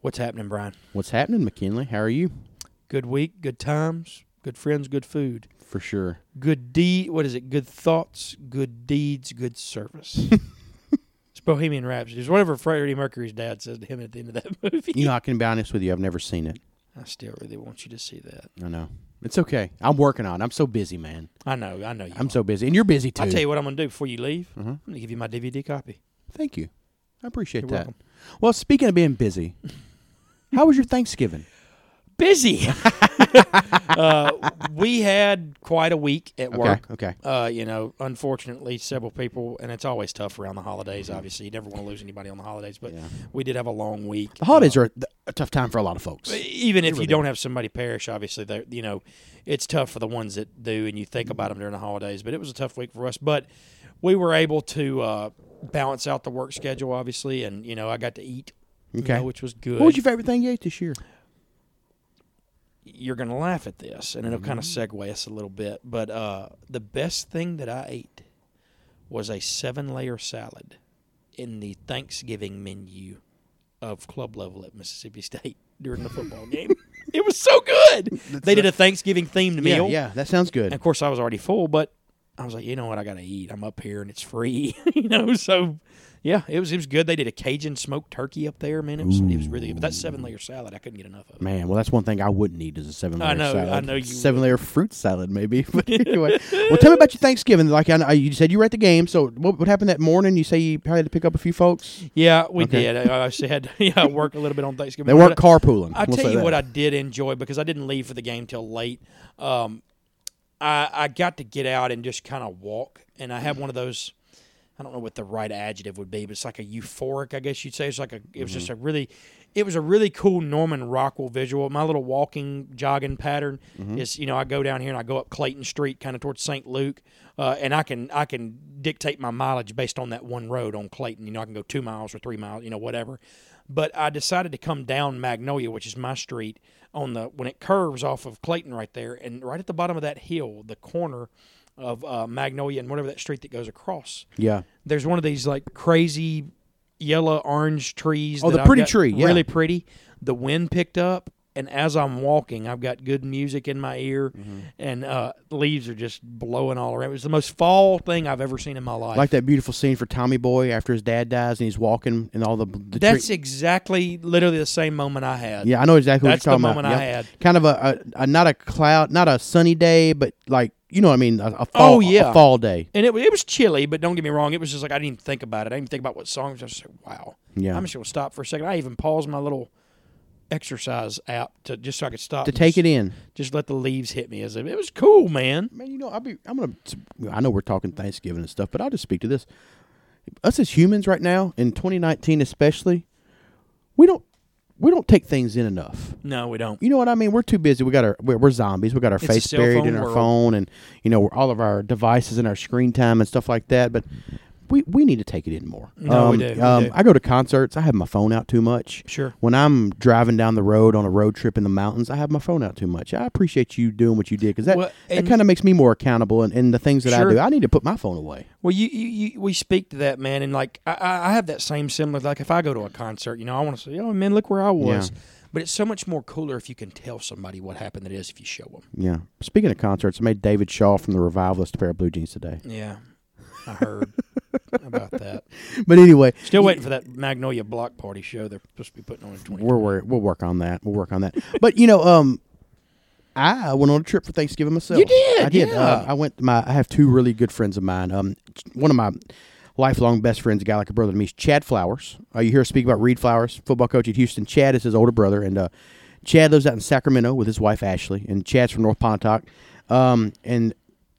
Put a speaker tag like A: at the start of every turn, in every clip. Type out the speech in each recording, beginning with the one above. A: What's happening, Brian?
B: What's happening, McKinley? How are you?
A: Good week, good times, good friends, good food,
B: For sure.
A: good deed. What is it? Good thoughts, good deeds, good service. it's Bohemian Rhapsody. It's whatever Freddie Mercury's dad says to him at the end of that movie.
B: You know, I can be honest with you. I've never seen it.
A: I still really want you to see that.
B: I know. It's okay. I'm working on it. I'm so busy, man.
A: I know, I know you.
B: I'm so busy. And you're busy, too.
A: I'll tell you what I'm going to do before you leave.
B: Uh-huh.
A: I'm going to give you my DVD copy.
B: Thank you. I appreciate
A: You're
B: that.
A: welcome.
B: Well, speaking of being busy, how was your Thanksgiving?
A: Busy. uh, we had quite a week at work.
B: Okay. Okay.
A: uh, you know, unfortunately, several people, and it's always tough around the holidays. Obviously, you never want to lose anybody on the holidays, but
B: Mm-hmm. Yeah.
A: we did have a long week. Uh,
B: The holidays are a, a tough time for a lot of folks.
A: even if you don't have somebody perish, obviously, they you know, it's tough for the ones that do, and you think about them during the holidays. But it was a tough week for us, but we were able to uh, balance out the work schedule, obviously, and you know, I got to eat, you
B: Okay.
A: know, which was good.
B: What was your favorite thing you ate this year?
A: You're gonna laugh at this, and it'll kind of
B: Mm-hmm.
A: segue us a little bit. But uh, the best thing that I ate was a seven-layer salad in the Thanksgiving menu of club level at Mississippi State during the football game. It was so good. they did a Thanksgiving themed meal.
B: Yeah, yeah, that sounds
A: And
B: good.
A: of course, I was already full, but I was like, you know what, I gotta eat. I'm up here and it's free, you know. So, yeah, it was it was good. They did a Cajun smoked turkey up there, man. It was it was really good. But that seven layer salad, I couldn't get enough of. it.
B: Man, well, that's one thing I wouldn't eat is a seven layer
A: I know,
B: salad.
A: I know you
B: Seven layer fruit salad, maybe. But anyway, well, tell me about your Thanksgiving. Like I, I, you said, you were at the game. So what, what happened that morning? You say you probably had to pick up a few folks.
A: Yeah, we
B: Okay.
A: did. I actually had yeah, I worked a little bit on Thanksgiving.
B: They
A: But
B: weren't
A: I-
B: carpooling.
A: I'll
B: we'll
A: tell
B: say
A: you
B: that.
A: what I did enjoy because I didn't leave for the game till late. Um, I I got to get out and just kind of walk, and I had one of those. I don't know what the right adjective would be, but it's like a euphoric, I guess you'd say. It's like a. It was just a really. It was a really cool Norman Rockwell visual. My little walking jogging pattern is, you know, I go down here and I go up Clayton Street, kind of towards St. Luke, uh, and I can I can dictate my mileage based on that one road on Clayton. You know, I can go two miles or three miles, you know, whatever. But I decided to come down Magnolia, which is my street, on the when it curves off of Clayton right there, and right at the bottom of that hill, the corner of uh, Magnolia and whatever that street that goes across,
B: Yeah.
A: there's one of these like crazy yellow orange trees.
B: Oh,
A: that
B: the
A: I've
B: pretty
A: got-
B: tree, yeah.
A: really pretty. The wind picked up, and as I'm walking, I've got good music in my ear,
B: Mm-hmm.
A: and uh, leaves are just blowing all around. It was the most fall thing I've ever seen in my life.
B: Like that beautiful scene for Tommy Boy after his dad dies and he's walking and all the, the
A: That's
B: tree-
A: exactly literally the same moment I had.
B: Yeah, I know exactly
A: That's the
B: what you're talking
A: moment
B: about.
A: I
B: Yeah.
A: had.
B: Kind of a, a, a not a cloud, not a sunny day, but like you know what I mean, a, a fall
A: Oh,
B: a-
A: yeah.
B: a fall day.
A: And it, it was chilly, but don't get me wrong. It was just like I didn't even think about it. I didn't even think about what songs. I was just like, wow.
B: Yeah.
A: I'm just going to stop for a second. I even paused my little exercise app to just so I could stop.
B: To take it in.
A: Just let the leaves hit me. As if, it was cool, man.
B: Man, you know, I'll be. I'm gonna. I know we're talking Thanksgiving and stuff, but I'll just speak to this. Us as humans, right now in 2019, especially, we don't we don't take things in enough.
A: No, we don't.
B: You know what I mean? We're too busy. We got our we're, we're zombies. We got our
A: a
B: face
A: cell
B: buried in
A: phone
B: our
A: world.
B: phone, and you know all of our devices and our screen time and stuff like that. But we, we need to take it in more.
A: No, we
B: Um,
A: do, we
B: um,
A: do.
B: I go to concerts. I have my phone out too much.
A: Sure.
B: When I'm driving down the road on a road trip in the mountains, I have my phone out too much. I appreciate you doing what you did because that,
A: Well,
B: that
A: and-
B: kind of makes me more accountable in, in the things that
A: Sure.
B: I do. I need to put my phone away.
A: Well, you, you, you we speak to that man, and like I- I, I have that same similar. Like if I go to a concert, you know, I want to say, "Oh man, look where I was." But it's so much more cooler if you can tell somebody what happened than it is if you show them.
B: Yeah. Speaking of concerts, I made David Shaw from the Revivalist a pair of blue jeans today.
A: Yeah, I heard about that.
B: But anyway,
A: Still waiting for that Magnolia Block Party show they're supposed to be putting on in 20.
B: we're, we're we'll work on that. We'll work on that. but you know, um, I went on a trip for Thanksgiving myself.
A: You did,
B: I did.
A: yeah.
B: Uh, I went. My I have two really good friends of mine. Um, one of my lifelong best friends, a guy like a brother to me, is Chad Flowers. Uh, you hear us speak about Reed Flowers, football coach at Houston. Chad is his older brother, and uh, Chad lives out in Sacramento with his wife Ashley, and Chad's from North Pontotoc. Um, and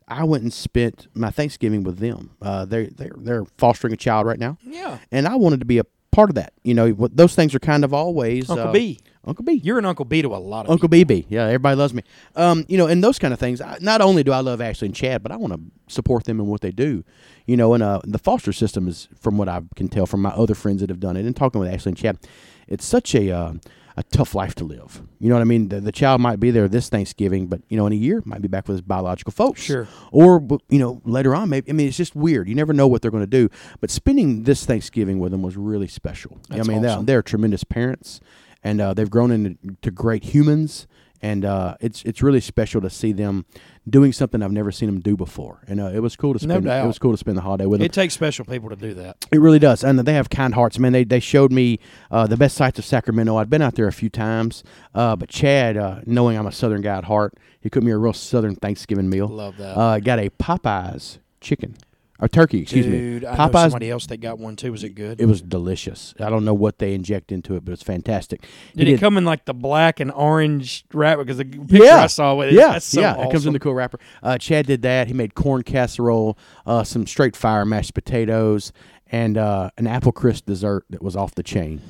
B: I went and spent my Thanksgiving with them. Uh, they they they're fostering a child right now
A: Yeah.
B: and I wanted to be a part of that. You know, what- those things are kind of always
A: Uncle
B: uh,
A: B.
B: Uncle B,
A: You're an Uncle B to a lot of
B: Uncle BB. Yeah, everybody loves me. Um, you know, and those kind of things. I, not only do I love Ashley and Chad, but I want to support them in what they do. You know, and uh, the foster system is, from what I can tell from my other friends that have done it, and talking with Ashley and Chad, it's such a uh, a tough life to live. You know what I mean? The, the child might be there this Thanksgiving, but you know, in a year might be back with his biological folks.
A: Sure.
B: Or bu- you know, later on, maybe. I mean, it's just weird. You never know what they're going to do. But spending this Thanksgiving with them was really special. I mean, they're-
A: awesome.
B: they're tremendous parents. and uh, they've grown into to great humans. And uh, it's it's really special to see them doing something I've never seen them do before. And uh, it was cool to spend
A: doubt.
B: it was cool to spend the holiday with them.
A: It takes special people to do that.
B: It really does, and they have kind hearts, man. They they showed me uh, the best sights of Sacramento. I'd been out there a few times, uh, but Chad, uh, knowing I'm a Southern guy at heart, he cooked me a real Southern Thanksgiving meal.
A: Love that.
B: Uh, got a Popeyes chicken or turkey, excuse
A: Dude,
B: me.
A: I know
B: Popeyes.
A: somebody else that got one too. Was it good?
B: It was delicious. I don't know what they inject into it, but it's fantastic. He
A: did it come in like the black and orange wrap? Because the picture I saw with it,
B: yeah,
A: that's so
B: yeah. It comes in
A: awesome.
B: the cool wrapper. Uh, Chad did that. He made corn casserole, uh, some straight fire mashed potatoes, and uh, an apple crisp dessert that was off the chain.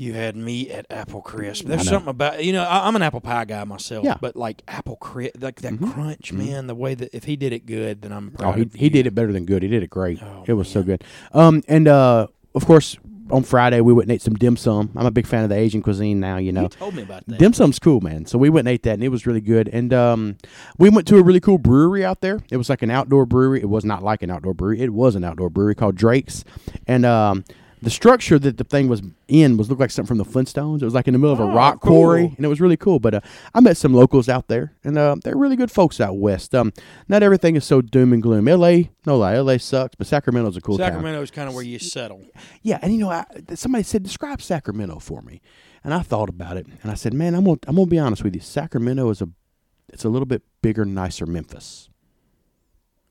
A: You had me at apple crisp. There's something about you know I, I'm an apple pie guy myself,
B: Mm-hmm. Yeah. Mm-hmm.
A: but like apple crisp, like that crunch, man. The way that if he did it good, then I'm
B: Oh,
A: proud.
B: he,
A: of
B: he
A: you.
B: did it better than good. He did it great.
A: Oh,
B: it was so good. Um, and uh, of course, on Friday we went and ate some dim sum. I'm a big fan of the Asian cuisine now. You know,
A: You told me about that.
B: dim sum's cool, man. So we went and ate that, and it was really good. And um, we went to a really cool brewery out there. It was like an outdoor brewery. It was not like an outdoor brewery. It was an outdoor brewery called Drake's, and um. The structure that the thing was in was looked like something from the Flintstones. It was like in the middle of a
A: Oh,
B: rock
A: cool.
B: quarry, and it was really cool. But uh, I met some locals out there, and uh, they're really good folks out west. Um, not everything is so doom and gloom. L.A. No lie, L.A. sucks, but Sacramento's a cool town.
A: Sacramento is kind of where you settle.
B: Yeah, and you know, I, th- somebody said describe Sacramento for me, and I thought about it, and I said, man, I'm gonna I'm gonna be honest with you. Sacramento is a it's a little bit bigger, nicer Memphis.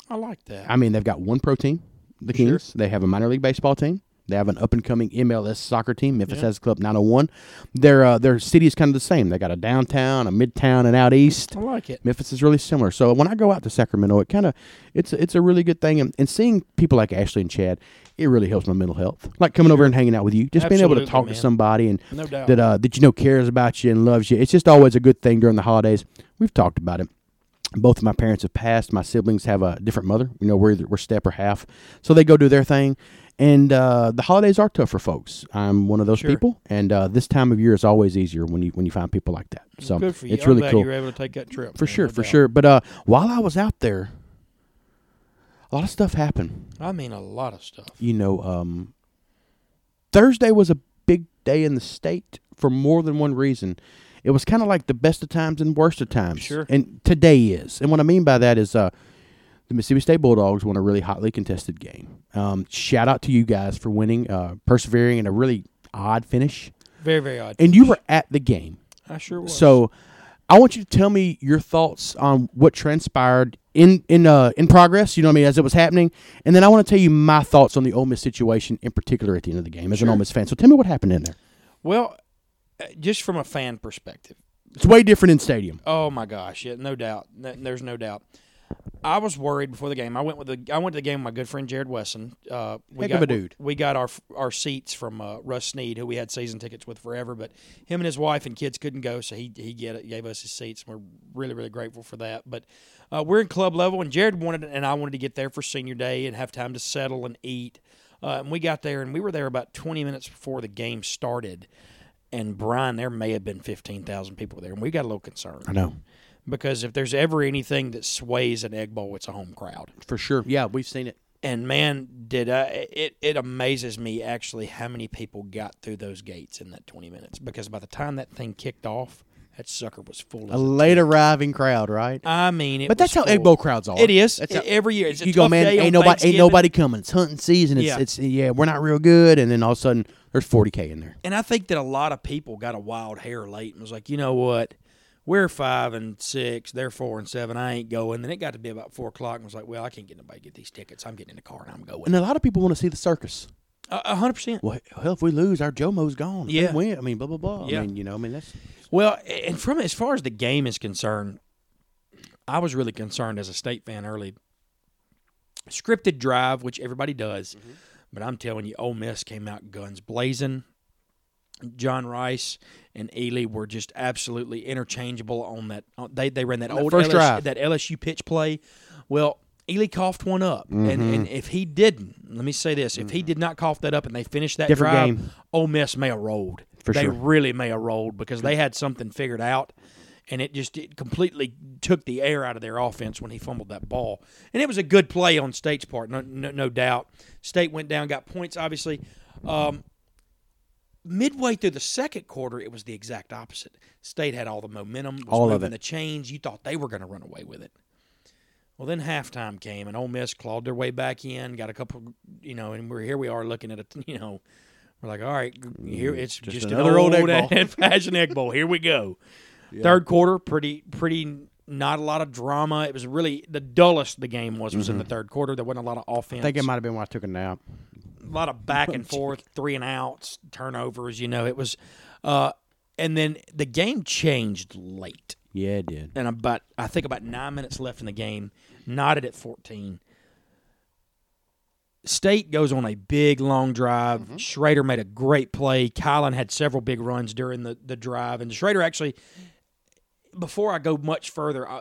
A: I like that.
B: I mean, they've got one pro team, the
A: Sure.
B: Kings. They have a minor league baseball team. They have an up and coming MLS soccer team, Memphis has Club 901. Their uh, their city is kind of the same. They got a downtown, a midtown, and out east.
A: I like it.
B: Memphis is really similar. So when I go out to Sacramento, it kind of it's it's a really good thing, and, and seeing people like Ashley and Chad, it really helps my mental health. Like coming over and hanging out with you, just being able to
A: Absolutely,
B: talk
A: man.
B: to somebody and
A: No doubt.
B: that uh, that you know cares about you and loves you. It's just always a good thing during the holidays. We've talked about it. Both of my parents have passed. My siblings have a different mother. You know, we're either, we're step or half, so they go do their thing. And uh, the holidays are tough for folks. I'm one of those
A: Sure.
B: people, and uh, this time of year is always easier when you when you find people like that. So
A: Good for you.
B: it's
A: I'm
B: really
A: glad
B: cool
A: You were able to take that trip
B: for
A: man,
B: sure,
A: no
B: for
A: doubt.
B: sure. But uh, while I was out there, a lot of stuff happened.
A: I mean, a lot of stuff.
B: You know, um, Thursday was a big day in the state for more than one reason. It was kind of like the best of times and worst of times.
A: Sure.
B: And today is. And what I mean by that is uh, the Mississippi State Bulldogs won a really hotly contested game. Um, shout out to you guys for winning, uh, persevering, in a really odd finish.
A: Very, very odd.
B: And you were at the game.
A: I sure was.
B: So, I want you to tell me your thoughts on what transpired in in uh, in progress. You know what I mean, as it was happening, and then I want to tell you my thoughts on the Ole Miss situation in particular at the end of the game as an Ole Miss fan. So, tell me what happened in there.
A: well, uh, just from a fan perspective,
B: It's way different in stadium.
A: Oh my gosh, yeah, no doubt. N- There's no doubt. I was worried before the game. I went with the I went to the game with my good friend Jared Wesson. Uh, we
B: Heck
A: got
B: of a dude.
A: We got our our seats from uh, Russ Sneed, who we had season tickets with forever. But him and his wife and kids couldn't go, so he he get, gave us his seats. and We're really really grateful for that. But uh, we're in club level, and Jared wanted and I wanted to get there for senior day and have time to settle and eat. Uh, and we got there, and we were there about 20 minutes before the game started. And Brian, there may have been 15,000 people there, and we got a little concerned
B: I know
A: because if there's ever anything that sways an egg bowl, it's a home crowd.
B: for sure. Yeah, we've seen it.
A: And man, did I it, it amazes me actually how many people got through those gates in that 20 minutes because by the time that thing kicked off, that sucker was full.
B: A
A: As,
B: late arriving crowd, right?
A: I mean, it
B: But that's
A: was
B: how egg
A: full.
B: bowl crowds are.
A: It is
B: That's
A: E-
B: how-
A: every year. It's a
B: you go,
A: tough
B: man.
A: day on
B: Ain't nobody, ain't
A: Thanksgiving."
B: nobody coming. It's hunting season. It's,
A: Yeah.
B: it's yeah, we're not real good. And then all of a sudden, there's 40k in there.
A: And I think that a lot of people got a wild hair late and was like, you know what? We're five and six, they're four and seven. I ain't going. Then it got to be about four o'clock and was like, well, I can't get nobody to get these tickets. I'm getting in the car and I'm going.
B: And a lot of people want to see the circus.
A: A a hundred percent.
B: well, he- hell, if we lose, our Jomo's gone. If we
A: Yeah.
B: win, I mean, blah blah blah. I
A: Yeah.
B: mean, you know, I mean, that's
A: Well, and from as far as the game is concerned, I was really concerned as a state fan early. Scripted drive, which everybody does,
B: Mm-hmm.
A: but I'm telling you, Ole Miss came out guns blazing. John Rice and Ely were just absolutely interchangeable on that. on- They they ran that old
B: first
A: LSU,
B: drive.
A: that LSU pitch play. Well, Ely coughed one up, and,
B: Mm-hmm.
A: and if he didn't, let me say this: if he did not cough that up and they finished that
B: Different
A: drive,
B: game.
A: Ole Miss may have rolled.
B: Mm-hmm. For
A: they
B: sure.
A: really may have rolled because they had something figured out, and it just it completely took the air out of their offense when he fumbled that ball. And it was a good play on State's part, no, no, no doubt. State went down, got points, obviously. Um, midway through the second quarter, it was the exact opposite. State had all the momentum, was
B: All of
A: moving
B: it.
A: the chains. You thought they were going to run away with it. Well, then halftime came, and Ole Miss clawed their way back in, got a couple, you know, and we're here. We are looking at a, you know, we're like, all right, here it's Mm, just, another, old, egg bowl. fashioned egg bowl. Here we go. Third quarter, pretty, pretty, not a lot of drama. It was really the dullest the game was was in the third quarter. There wasn't a lot of offense
B: I think it might have been when I took a nap.
A: a lot of back and forth, three and outs, turnovers. You know, it was, uh, and then the game changed late,
B: Yeah, it did.
A: and about I think about nine minutes left in the game, knotted at fourteen. State goes on a big long drive. Schrader made a great play. Kylan had several big runs during the, the drive, and Schrader actually. Before I go much further, I,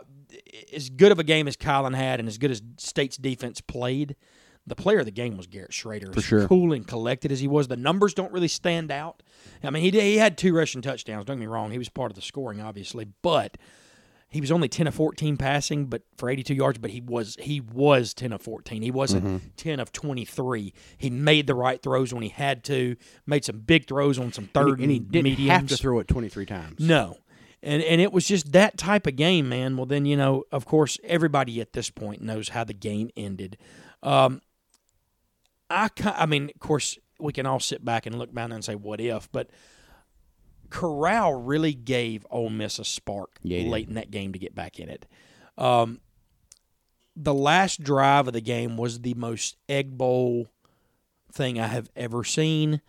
A: as good of a game as Kylan had, and as good as State's defense played, the player of the game was Garrett Schrader. For
B: sure.
A: cool and collected as he was, the numbers don't really stand out. I mean, he did, he had two rushing touchdowns. Don't get me wrong; he was part of the scoring, obviously, but he was only 10 of 14 passing but for 82 yards but he was he was 10 of 14 he wasn't
B: Mm-hmm.
A: 10 of 23 he made the right throws when he had to made some big throws on some third
B: And, he didn't
A: mediums.
B: have to throw it 23 times.
A: No. And and it was just that type of game, man. Well, then you know, of course, everybody at this point knows how the game ended. Um, I ki- I mean, of course, we can all sit back and look down and say, "What if?" But Corral really gave Ole Miss a spark
B: Yeah, he did.
A: late in that game to get back in it. Um, the last drive of the game was the most egg bowl thing I have ever seen.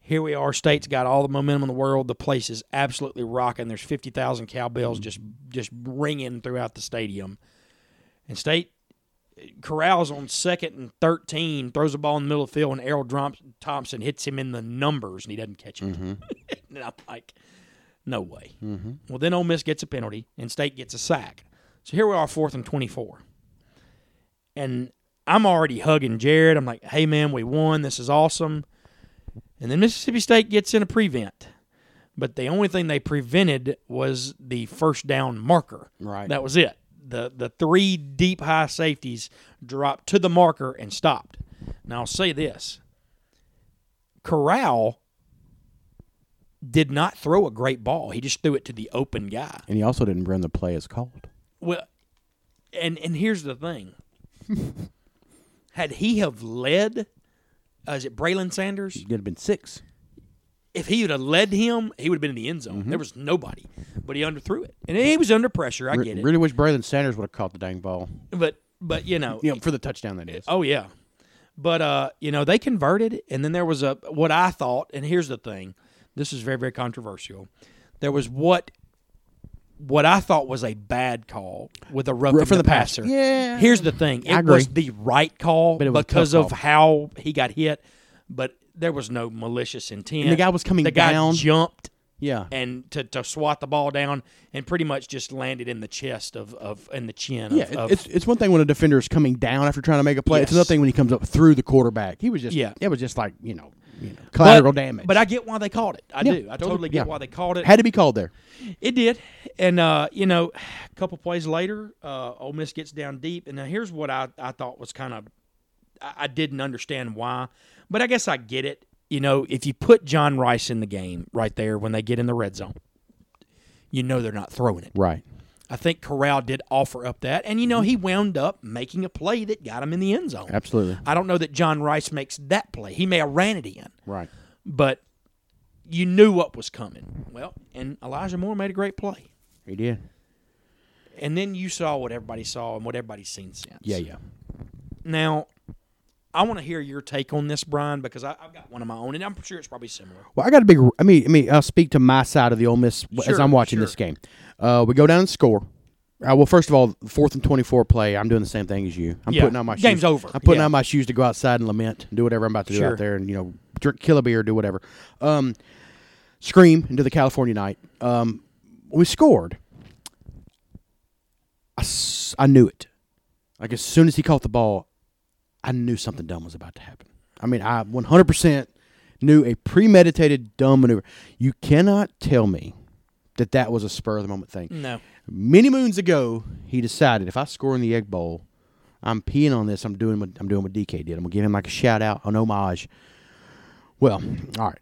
A: Here we are. State's got all the momentum in the world. The place is absolutely rocking. There's fifty thousand cowbells
B: Mm-hmm.
A: just just ringing throughout the stadium. And State corrals on second and thirteen, throws the ball in the middle of the field, and Errol Drom- Thompson hits him in the numbers, and he doesn't catch it. and I'm like, no way. Well, then Ole Miss gets a penalty, and State gets a sack. So here we are, fourth and twenty-four and I'm already hugging Jared. I'm like, "Hey man, we won. This is awesome." And then Mississippi State gets in a prevent. But the only thing they prevented was the first down marker.
B: Right.
A: That was it. The the three deep high safeties dropped to the marker and stopped. Now I'll say this. Corral did not throw a great ball. He just threw it to the open guy.
B: And he also didn't run the play as called.
A: Well, and and here's the thing: had he have led, uh, is it Braylon Sanders?
B: It could have been six.
A: If he would have led him, he would have been in the end zone. There was nobody, but he underthrew it, and he was under pressure. I
B: Mm-hmm. Re-
A: get it,
B: Really wish Braylon Sanders would have caught the dang ball.
A: but but you know,
B: You know, for the touchdown that is.
A: Oh yeah, but uh, you know they converted, and then there was a what I thought, and here's the thing, this is very very controversial. There was what what I thought was a bad call with a rough
B: for
A: the,
B: the pass.
A: passer.
B: Yeah.
A: here's the thing,
B: I
A: it was
B: agree.
A: the right call
B: it was a
A: because
B: tough
A: of how he got hit, but there was no malicious intent.
B: And the guy was coming
A: the guy
B: down.
A: jumped
B: Yeah.
A: and to, to swat the ball down and pretty much just landed in the chest of of in the chin.
B: Yeah,
A: of,
B: it-
A: of-
B: it's it's one thing when a defender is coming down after trying to make a play. It's
A: Yes.
B: another thing when he comes up through the quarterback. He was just
A: Yeah.
B: It was just like you know, you know collateral
A: but,
B: damage.
A: But I get why they called it. I
B: Yeah,
A: do. I totally get
B: yeah.
A: why they called it.
B: had to be called there.
A: It did, and uh, you know, a couple plays later, uh, Ole Miss gets down deep, and now here's what I, I thought was kind of I, I didn't understand why, but I guess I get it. You know, if you put John Rice in the game right there when they get in the red zone, you know they're not throwing it.
B: Right.
A: I think Corral did offer up that, and you know he wound up making a play that got him in the end zone.
B: Absolutely.
A: I don't know that John Rice makes that play. He may have ran it in
B: Right.
A: but you knew what was coming. Well, and Elijah Moore made a great play.
B: He did.
A: And then you saw what everybody saw and what everybody's seen since.
B: Yeah. Yeah.
A: Now, I want to hear your take on this, Brian, because I, I've got one of my own, and I'm sure it's probably similar.
B: Well, I got a big. I mean, I mean, I'll speak to my side of the Ole Miss w- as
A: Sure,
B: I'm watching
A: sure.
B: this game. Uh, we go down and score. Uh, well, first of all, fourth and twenty-four play. I'm doing the same thing as you. I'm
A: Yeah,
B: putting on my
A: game's
B: shoes.
A: over.
B: I'm putting
A: Yeah.
B: on my shoes to go outside and lament, and do whatever I'm about to do
A: Sure.
B: out there, and you know, drink, kill a beer, do whatever. Um, scream into the California night. Um, we scored. I, s- I knew it. Like as soon as he caught the ball, I knew something dumb was about to happen. I mean, I 100% knew a premeditated dumb maneuver. You cannot tell me that that was a spur of the moment thing.
A: No.
B: Many moons ago, he decided if I score in the Egg Bowl, I'm peeing on this. I'm doing what I'm doing what DK did. I'm gonna give him like a shout out, an homage. Well, all right.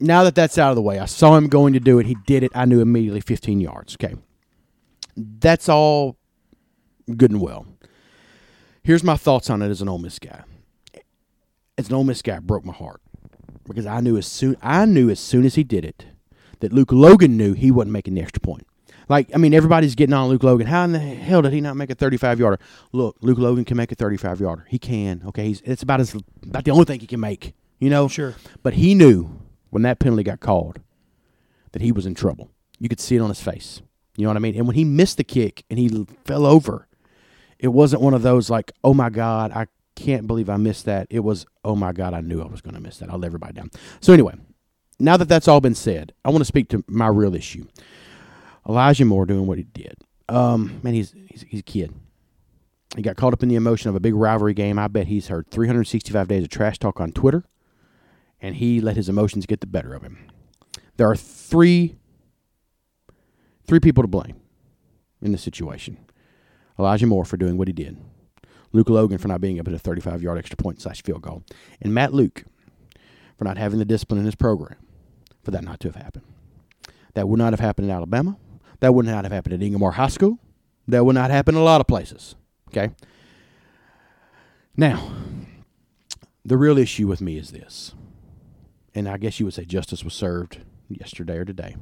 B: now that that's out of the way, I saw him going to do it. He did it. I knew immediately 15 yards. Okay. That's all good and well. Here's my thoughts on it as an Ole Miss guy. As an Ole Miss guy, it broke my heart because I knew as soon I knew as soon as he did it that Luke Logan knew he wasn't making the extra point. Like I mean, everybody's getting on Luke Logan. How in the hell did he not make a 35 yarder? Look, Luke Logan can make a 35 yarder. He can. Okay, he's it's about as about the only thing he can make. You know,
A: Oh, Sure.
B: But he knew when that penalty got called that he was in trouble. You could see it on his face. You know what I mean? And when he missed the kick and he l- fell over, it wasn't one of those like, oh my God, I can't believe I missed that. It was, oh my God, I knew I was going to miss that. I'll let everybody down. So, anyway, now that that's all been said, I want to speak to my real issue Elijah Moore doing what he did. Um, man, he's, he's, he's a kid. He got caught up in the emotion of a big rivalry game. I bet he's heard 365 days of trash talk on Twitter, and he let his emotions get the better of him. There are three three people to blame in this situation. Elijah Moore for doing what he did, Luke Logan for not being able to 35 yard extra point slash field goal, and Matt Luke for not having the discipline in his program for that not to have happened. That would not have happened in Alabama. That would not have happened at Ingemar High School. That would not happen in a lot of places. Okay. Now, the real issue with me is this, and I guess you would say justice was served yesterday or today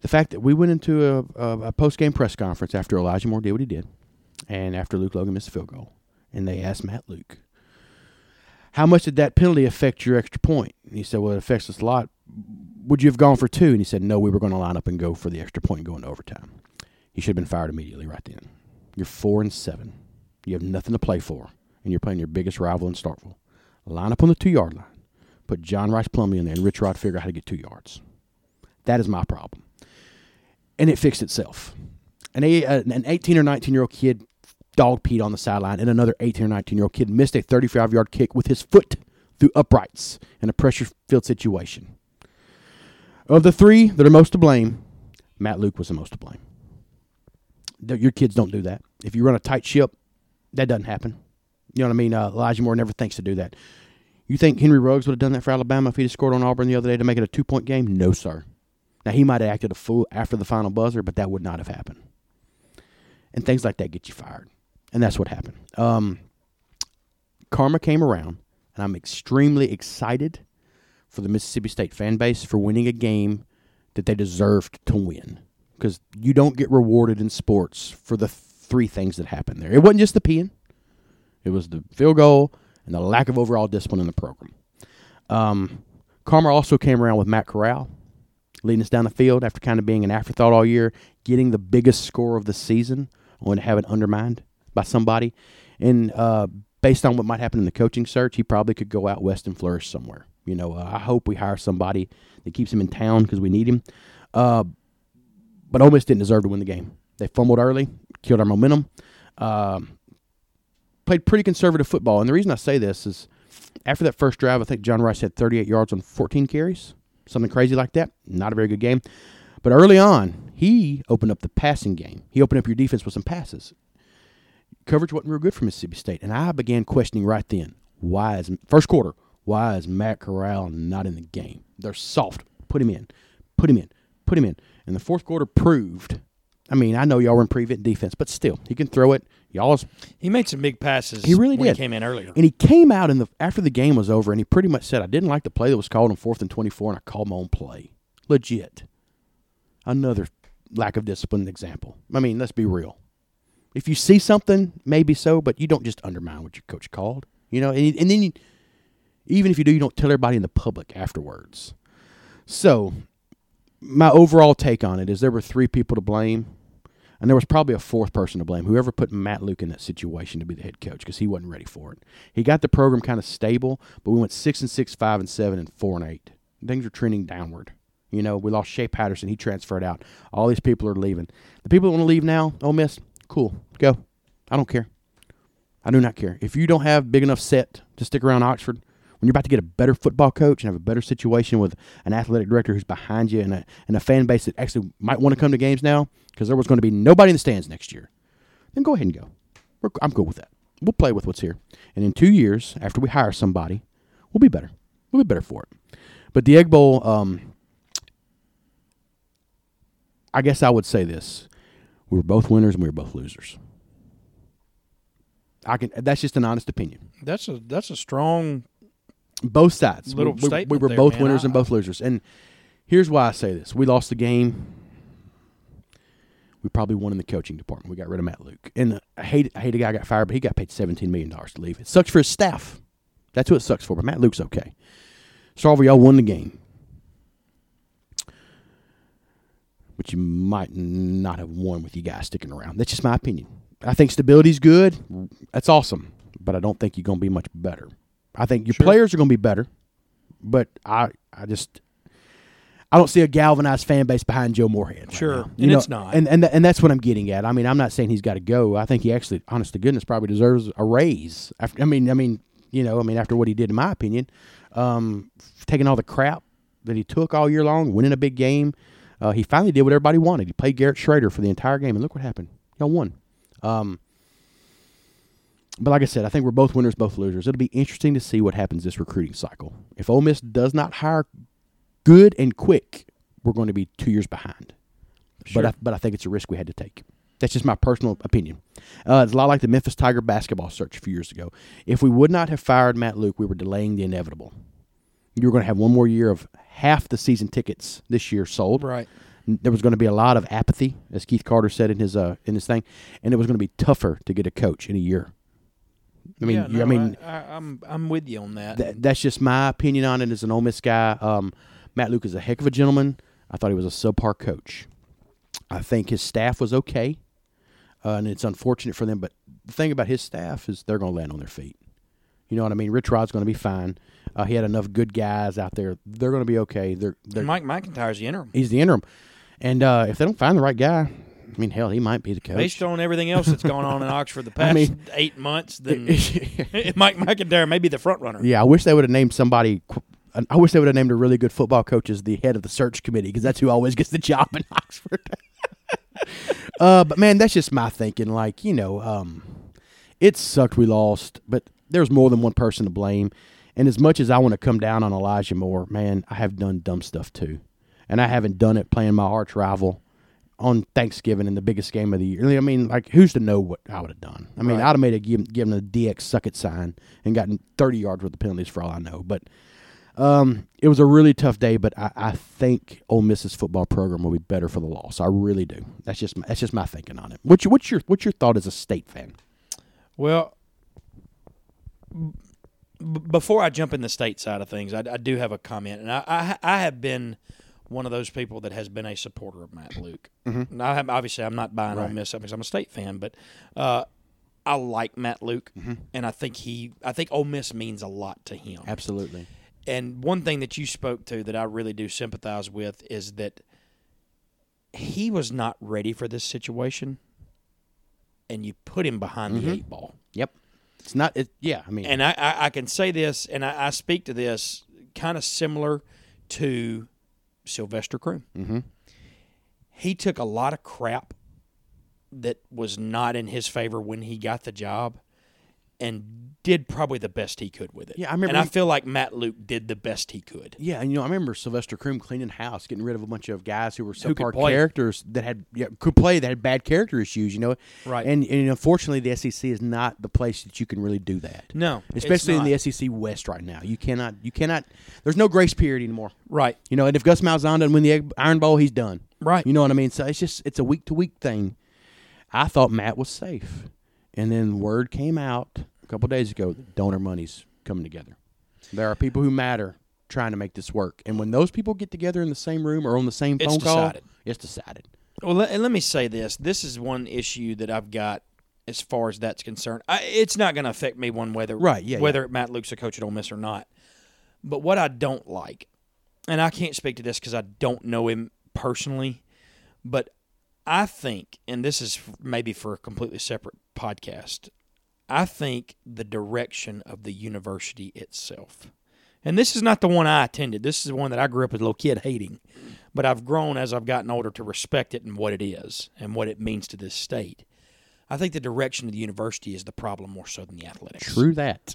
B: the fact that we went into a, a, a post game press conference after Elijah Moore did what he did, and after Luke Logan missed a field goal, and they asked Matt Luke, "How much did that penalty affect your extra point?" And he said, "Well, it affects us a lot. Would you have gone for two? And he said, "No, we were going to line up and go for the extra point and go into overtime." He should have been fired immediately right then. You're four and seven. You have nothing to play for, and you're playing your biggest rival in Starkville. Line up on the two yard line. Put John Rice Plumley in there, and Rich Rod figure out how to get two yards. That is my problem and it fixed itself. An, a, an 18 or 19 year old kid dog peed on the sideline, and another 18 or 19 year old kid missed a 35 yard kick with his foot through uprights in a pressure filled situation. Of the three that are most to blame, Matt Luke was the most to blame. Th- Your kids don't do that. If you run a tight ship, that doesn't happen. You know what I mean? Uh, Elijah Moore never thinks to do that. You think Henry Ruggs would have done that for Alabama if he'd have scored on Auburn the other day to make it a two point game? No, sir. Now he might have acted a fool after the final buzzer, but that would not have happened. And things like that get you fired, and that's what happened. Um, karma came around, and I'm extremely excited for the Mississippi State fan base for winning a game that they deserved to win because you don't get rewarded in sports for the three things that happened there. It wasn't just the peeing; it was the field goal and the lack of overall discipline in the program. Um, karma also came around with Matt Corral leading us down the field after kind of being an afterthought all year, getting the biggest score of the season. I want to have it undermined by somebody. And uh, based on what might happen in the coaching search, he probably could go out west and flourish somewhere. You know, uh, I hope we hire somebody that keeps him in town because we need him. Uh, but Ole Miss didn't deserve to win the game. They fumbled early, killed our momentum. Um, played pretty conservative football. And the reason I say this is after that first drive, I think John Rice had 38 yards on 14 carries, something crazy like that. Not a very good game. But early on, he opened up the passing game. He opened up your defense with some passes. Coverage wasn't real good for Mississippi State. And I began questioning right then why is, first quarter, why is Matt Corral not in the game? They're soft. Put him in. Put him in. Put him in. And the fourth quarter proved. I mean, I know y'all were in prevent defense, but still, he can throw it. Y'all's
A: He made some big passes.
B: he really
A: when
B: did.
A: He came in earlier.
B: and he came out in the after the game was over, and he pretty much said, "I didn't like the play that was called on fourth and twenty-four, and I called my own play." Legit. Another lack of discipline example. I mean, let's be real. If you see something, maybe so, but you don't just undermine what your coach called. You know, and, and then you, even if you do, you don't tell everybody in the public afterwards. So, my overall take on it is there were three people to blame, and there was probably a fourth person to blame. Whoever put Matt Luke in that situation to be the head coach because he wasn't ready for it. He got the program kind of stable, but we went six and six, five and seven, and four and eight. Things are trending downward. You know, we lost Shea Patterson. He transferred out. All these people are leaving. The people that want to leave now, Ole Miss, cool, go. I don't care. I do not care. If you don't have big enough set to stick around Oxford, when you're about to get a better football coach and have a better situation with an athletic director who's behind you and a, and a fan base that actually might want to come to games now because there was going to be nobody in the stands next year, then go ahead and go. We're, I'm good with that. We'll play with what's here. And in two years, after we hire somebody, we'll be better. We'll be better for it. But the Egg Bowl, um, I guess I would say this: we were both winners and we were both losers. I can. That's just an honest opinion.
A: That's a that's a strong.
B: Both sides. We-
A: Little
B: we, we,
A: statement
B: were
A: there,
B: both
A: man.
B: winners
A: I-
B: and both losers. And here's why I say this: we lost the game. We probably won in the coaching department. We got rid of Matt Luke, and uh, I hate I hate a guy got fired, but he got paid seventeen million dollars to leave. It sucks for his staff. That's what it sucks for. But Matt Luke's okay. Sorry, y'all won the game. but you might not have won with you guys sticking around. That's just my opinion. I think stability's good. That's awesome, but I don't think you're going to be much better. I think your
A: Sure.
B: players are going to be better, but I I just I don't see a galvanized fan base behind Joe Moorhead. right
A: Sure.
B: now.
A: And
B: You
A: it's not.
B: and and, th- and that's what I'm getting at. I mean, I'm not saying he's got to go. I think he actually, honest to goodness, probably deserves a raise. After, I mean, I mean, you know, I mean, after what he did, in my opinion, um, taking all the crap that he took all year long, winning a big game, uh, he finally did what everybody wanted. He played Garrett Schrader for the entire game, and look what happened. Y'all won. Um, but like I said, I think we're both winners, both losers. It'll be interesting to see what happens this recruiting cycle. If Ole Miss does not hire good and quick, we're going to be two years behind
A: Sure.
B: but I, but I think it's a risk we had to take. That's just my personal opinion. Uh, it's a lot like the Memphis Tiger basketball search a few years ago. If we would not have fired Matt Luke, we were delaying the inevitable. You were going to have one more year of half the season tickets this year sold.
A: right.
B: N- There was going to be a lot of apathy, as Keith Carter said in his uh, in his thing, and it was going to be tougher to get a coach in a year. I mean,
A: Yeah,
B: you- I
A: no,
B: mean,
A: I, am I'm with you on that.
B: that, that's just my opinion on it as an Ole Miss guy. Um, Matt Luke is a heck of a gentleman. I thought he was a subpar coach. I think his staff was okay, uh, and it's unfortunate for them. But the thing about his staff is they're going to land on their feet. You know what I mean? Rich Rod's going to be fine. Uh, he had enough good guys out there. They're going to be okay. They're, they're
A: Mike McIntyre's the interim.
B: he's the interim, and uh, if they don't find the right guy, I mean, hell, he might be the coach.
A: Based on everything else that's gone on in Oxford the past
B: mean-
A: eight months, then Mike McIntyre may be the front runner.
B: Yeah, I wish they would have named somebody. qu- I wish they would have named a really good football coach as the head of the search committee because that's who always gets the job in Oxford. uh, but man, that's just my thinking. Like you know, um, it sucked we lost, but there's more than one person to blame. And as much as I want to come down on Elijah Moore, man, I have done dumb stuff too, and I haven't done it playing my arch rival on Thanksgiving in the biggest game of the year. I mean, like who's to know what I would have done? I mean,
A: Right.
B: I'd have made a given given a DX suck it sign and gotten 30 yards with the penalties for all I know. But um, it was a really tough day, but I, I think Ole Miss's football program will be better for the loss. I really do. That's just my, that's just my thinking on it. What's your, what's your what's your thought as a state fan?
A: Well, b- before I jump in the state side of things, I, I do have a comment, and I, I I have been one of those people that has been a supporter of Matt Luke. And I have, obviously, I'm not buying on Miss because I'm a state fan, but uh, I like Matt Luke, and I think he I think Ole Miss means a lot to him.
B: Absolutely.
A: And one thing that you spoke to that I really do sympathize with is that he was not ready for this situation, and you put him behind the eight ball.
B: Yep. It's not. It, yeah. I mean.
A: And I, I, I can say this, and I, I speak to this kind of similar to Sylvester Croom. Mm-hmm. He took a lot of crap that was not in his favor when he got the job and did probably the best he could with it.
B: Yeah, I remember
A: And I
B: he-
A: feel like Matt Luke did the best he could.
B: yeah, and you know, I remember Sylvester Croom cleaning house, getting rid of a bunch of guys who were
A: could
B: subpar
A: play.
B: characters that had yeah, could play that had bad character issues. You know,
A: Right.
B: And and unfortunately, the SEC is not the place that you can really do that.
A: No, it's
B: especially in
A: not.
B: the SEC West right now, you cannot. You cannot. There's no grace period anymore.
A: Right.
B: You know, and if Gus Malzahn doesn't win the Egg- Iron Bowl, he's done.
A: Right.
B: You know what I mean? So it's just it's a week to week thing. I thought Matt was safe, and then word came out a couple days ago: that donor money's coming together. There are people who matter trying to make this work, and when those people get together in the same room or on the same
A: It's
B: phone
A: decided.
B: call, it's decided.
A: Well, let, and let me say this. This is one issue that I've got as far as that's concerned. I, it's not going to affect me one whether
B: Right, yeah,
A: whether Matt Luke's a coach at Ole Miss or not. But what I don't like, and I can't speak to this because I don't know him personally, but I think, and this is f- maybe for a completely separate podcast, I think the direction of the university itself. And this is not the one I attended. This is the one that I grew up as a little kid hating. But I've grown as I've gotten older to respect it and what it is and what it means to this state. I think the direction of the university is the problem more so than the athletics.
B: True that.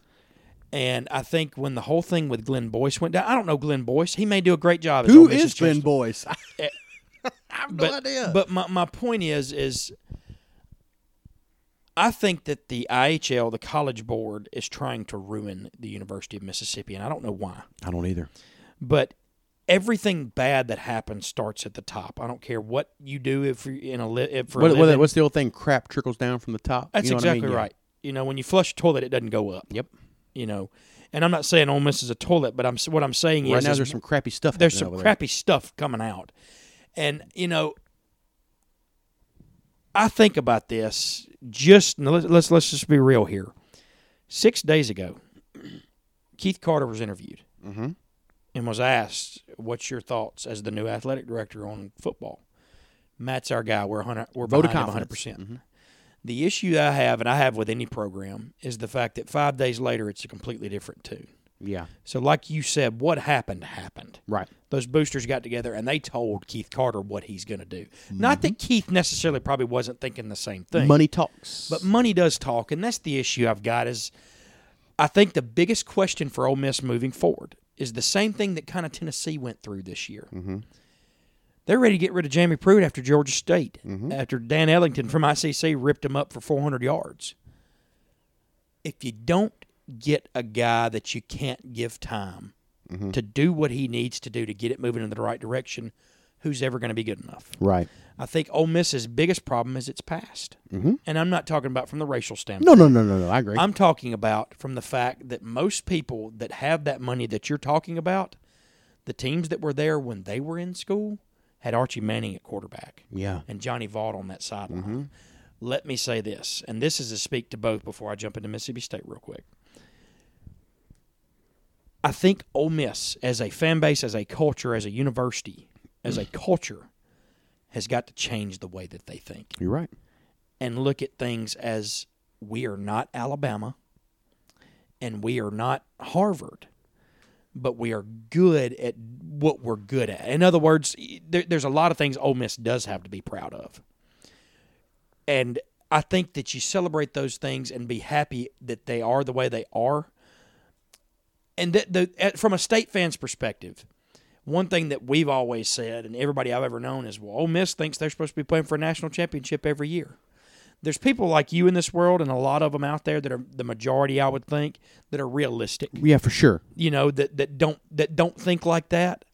A: And I think when the whole thing with Glenn Boyce went down, I don't know Glenn Boyce. He may do a great job. As
B: Who
A: Ole Miss's
B: is Glenn
A: chancellor.
B: Boyce? I have no
A: but,
B: idea.
A: But my, my point is is I think that the IHL, the college board, is trying to ruin the University of Mississippi, and I don't know why.
B: I don't either.
A: But everything bad that happens starts at the top. I don't care what you do if you're in a li- if for a
B: What, what,
A: living.
B: what's the old thing? Crap trickles down from the top.
A: That's
B: You know what I mean?
A: exactly
B: Yeah.
A: right. You know, when you flush a toilet, it doesn't go up.
B: Yep.
A: You know, and I'm not saying Ole Miss is a toilet, but I'm s- what I'm saying
B: Right
A: is
B: now,
A: is
B: there's some crappy stuff.
A: there's
B: happening
A: some
B: over there.
A: crappy stuff coming out. And, you know, I think about this just now let's, let's let's just be real here. Six days ago, Keith Carter was interviewed
B: Mhm.
A: and was asked, "What's your thoughts as the new athletic director on football?" Matt's our guy. We're 100, we're
B: Vote of
A: behind him
B: confidence. Mm-hmm.
A: 100%. The issue I have, and I have with any program, is the fact that five days later it's a completely different tune.
B: Yeah.
A: So, like you said, what happened happened
B: Right.
A: those boosters got together and they told Keith Carter what he's going to do. Not that Keith necessarily probably wasn't thinking the same thing,
B: Money talks.
A: but money does talk, and that's the issue I've got. Is I think the biggest question for Ole Miss moving forward is the same thing that kind of Tennessee went through this year. They're ready to get rid of Jamie Pruitt after Georgia State, after Dan Ellington from ICC ripped him up for 400 yards. If you don't get a guy that you can't give time to do what he needs to do to get it moving in the right direction, who's ever going to be good enough?
B: right.
A: I think Ole Miss's biggest problem is its past. And I'm not talking about from the racial standpoint.
B: No, no, no, no, no. I agree.
A: I'm talking about from the fact that most people that have that money that you're talking about, the teams that were there when they were in school had Archie Manning at quarterback
B: yeah.
A: and Johnny Vaught on that sideline. Let me say this, and this is to speak to both before I jump into Mississippi State real quick. I think Ole Miss, as a fan base, as a culture, as a university, as a culture, has got to change the way that they think
B: You're right.
A: and look at things as we are not Alabama and we are not Harvard, but we are good at what we're good at. In other words, there, there's a lot of things Ole Miss does have to be proud of. And I think that you celebrate those things and be happy that they are the way they are. And that the, at- from a state fan's perspective, one thing that we've always said, and everybody I've ever known, is well, Ole Miss thinks they're supposed to be playing for a national championship every year there's people like you in this world and a lot of them out there that are the majority I would think that are realistic
B: Yeah, for sure.
A: you know that that don't that don't think like that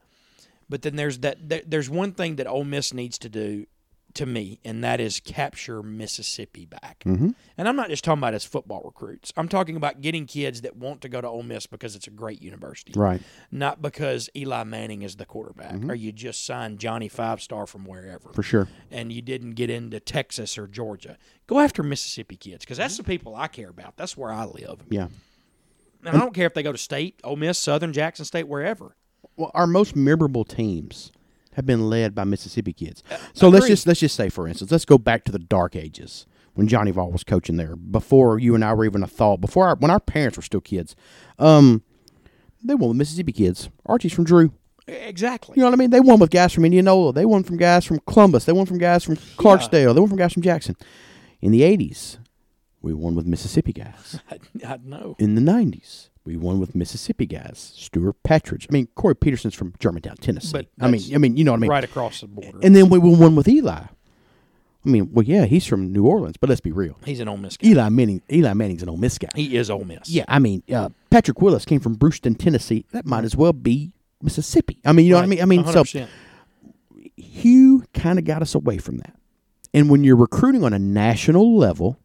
A: but then there's that there- there's one thing that Ole Miss needs to do to me and that is capture Mississippi back and I'm not just talking about as football recruits I'm talking about getting kids that want to go to Ole Miss because it's a great university
B: Right.
A: not because Eli Manning is the quarterback or you just signed Johnny five star from wherever
B: For sure.
A: and you didn't get into Texas or Georgia, go after Mississippi kids because that's the people I care about. That's where I live.
B: Yeah.
A: And I don't care if they go to state, Ole Miss, Southern, Jackson State, wherever.
B: Well, our most memorable teams have been led by Mississippi kids. So let's
A: Uh, agreed.
B: just let's just say, for instance, let's go back to the dark ages when Johnny Vaught was coaching there, before you and I were even a thought, before our, when our parents were still kids. Um, they won with Mississippi kids. Archie's from Drew.
A: E-, Exactly.
B: You know what I mean? They won with guys from Indianola. They won from guys from Columbus. They won from guys from Clarksdale. They won from guys from Jackson. In the eighties, we won with Mississippi guys.
A: I, I know.
B: In the nineties, we won with Mississippi guys. Stuart Patridge. I mean, Corey Peterson's from Germantown, Tennessee.
A: But
B: I mean,
A: that's
B: I mean, you know what I mean?
A: Right across the border.
B: And then we won one with Eli. I mean, well, yeah, he's from New Orleans, but let's be real.
A: He's an Ole Miss guy.
B: Eli Manning, Eli Manning's an old Miss guy.
A: He is Ole Miss.
B: Yeah, I mean, uh, Patrick Willis came from Brewston, Tennessee. That might as well be Mississippi. I mean, you know what I mean? I mean, so
A: 100%.
B: Hugh kind of got us away from that. And when you're recruiting on a national level,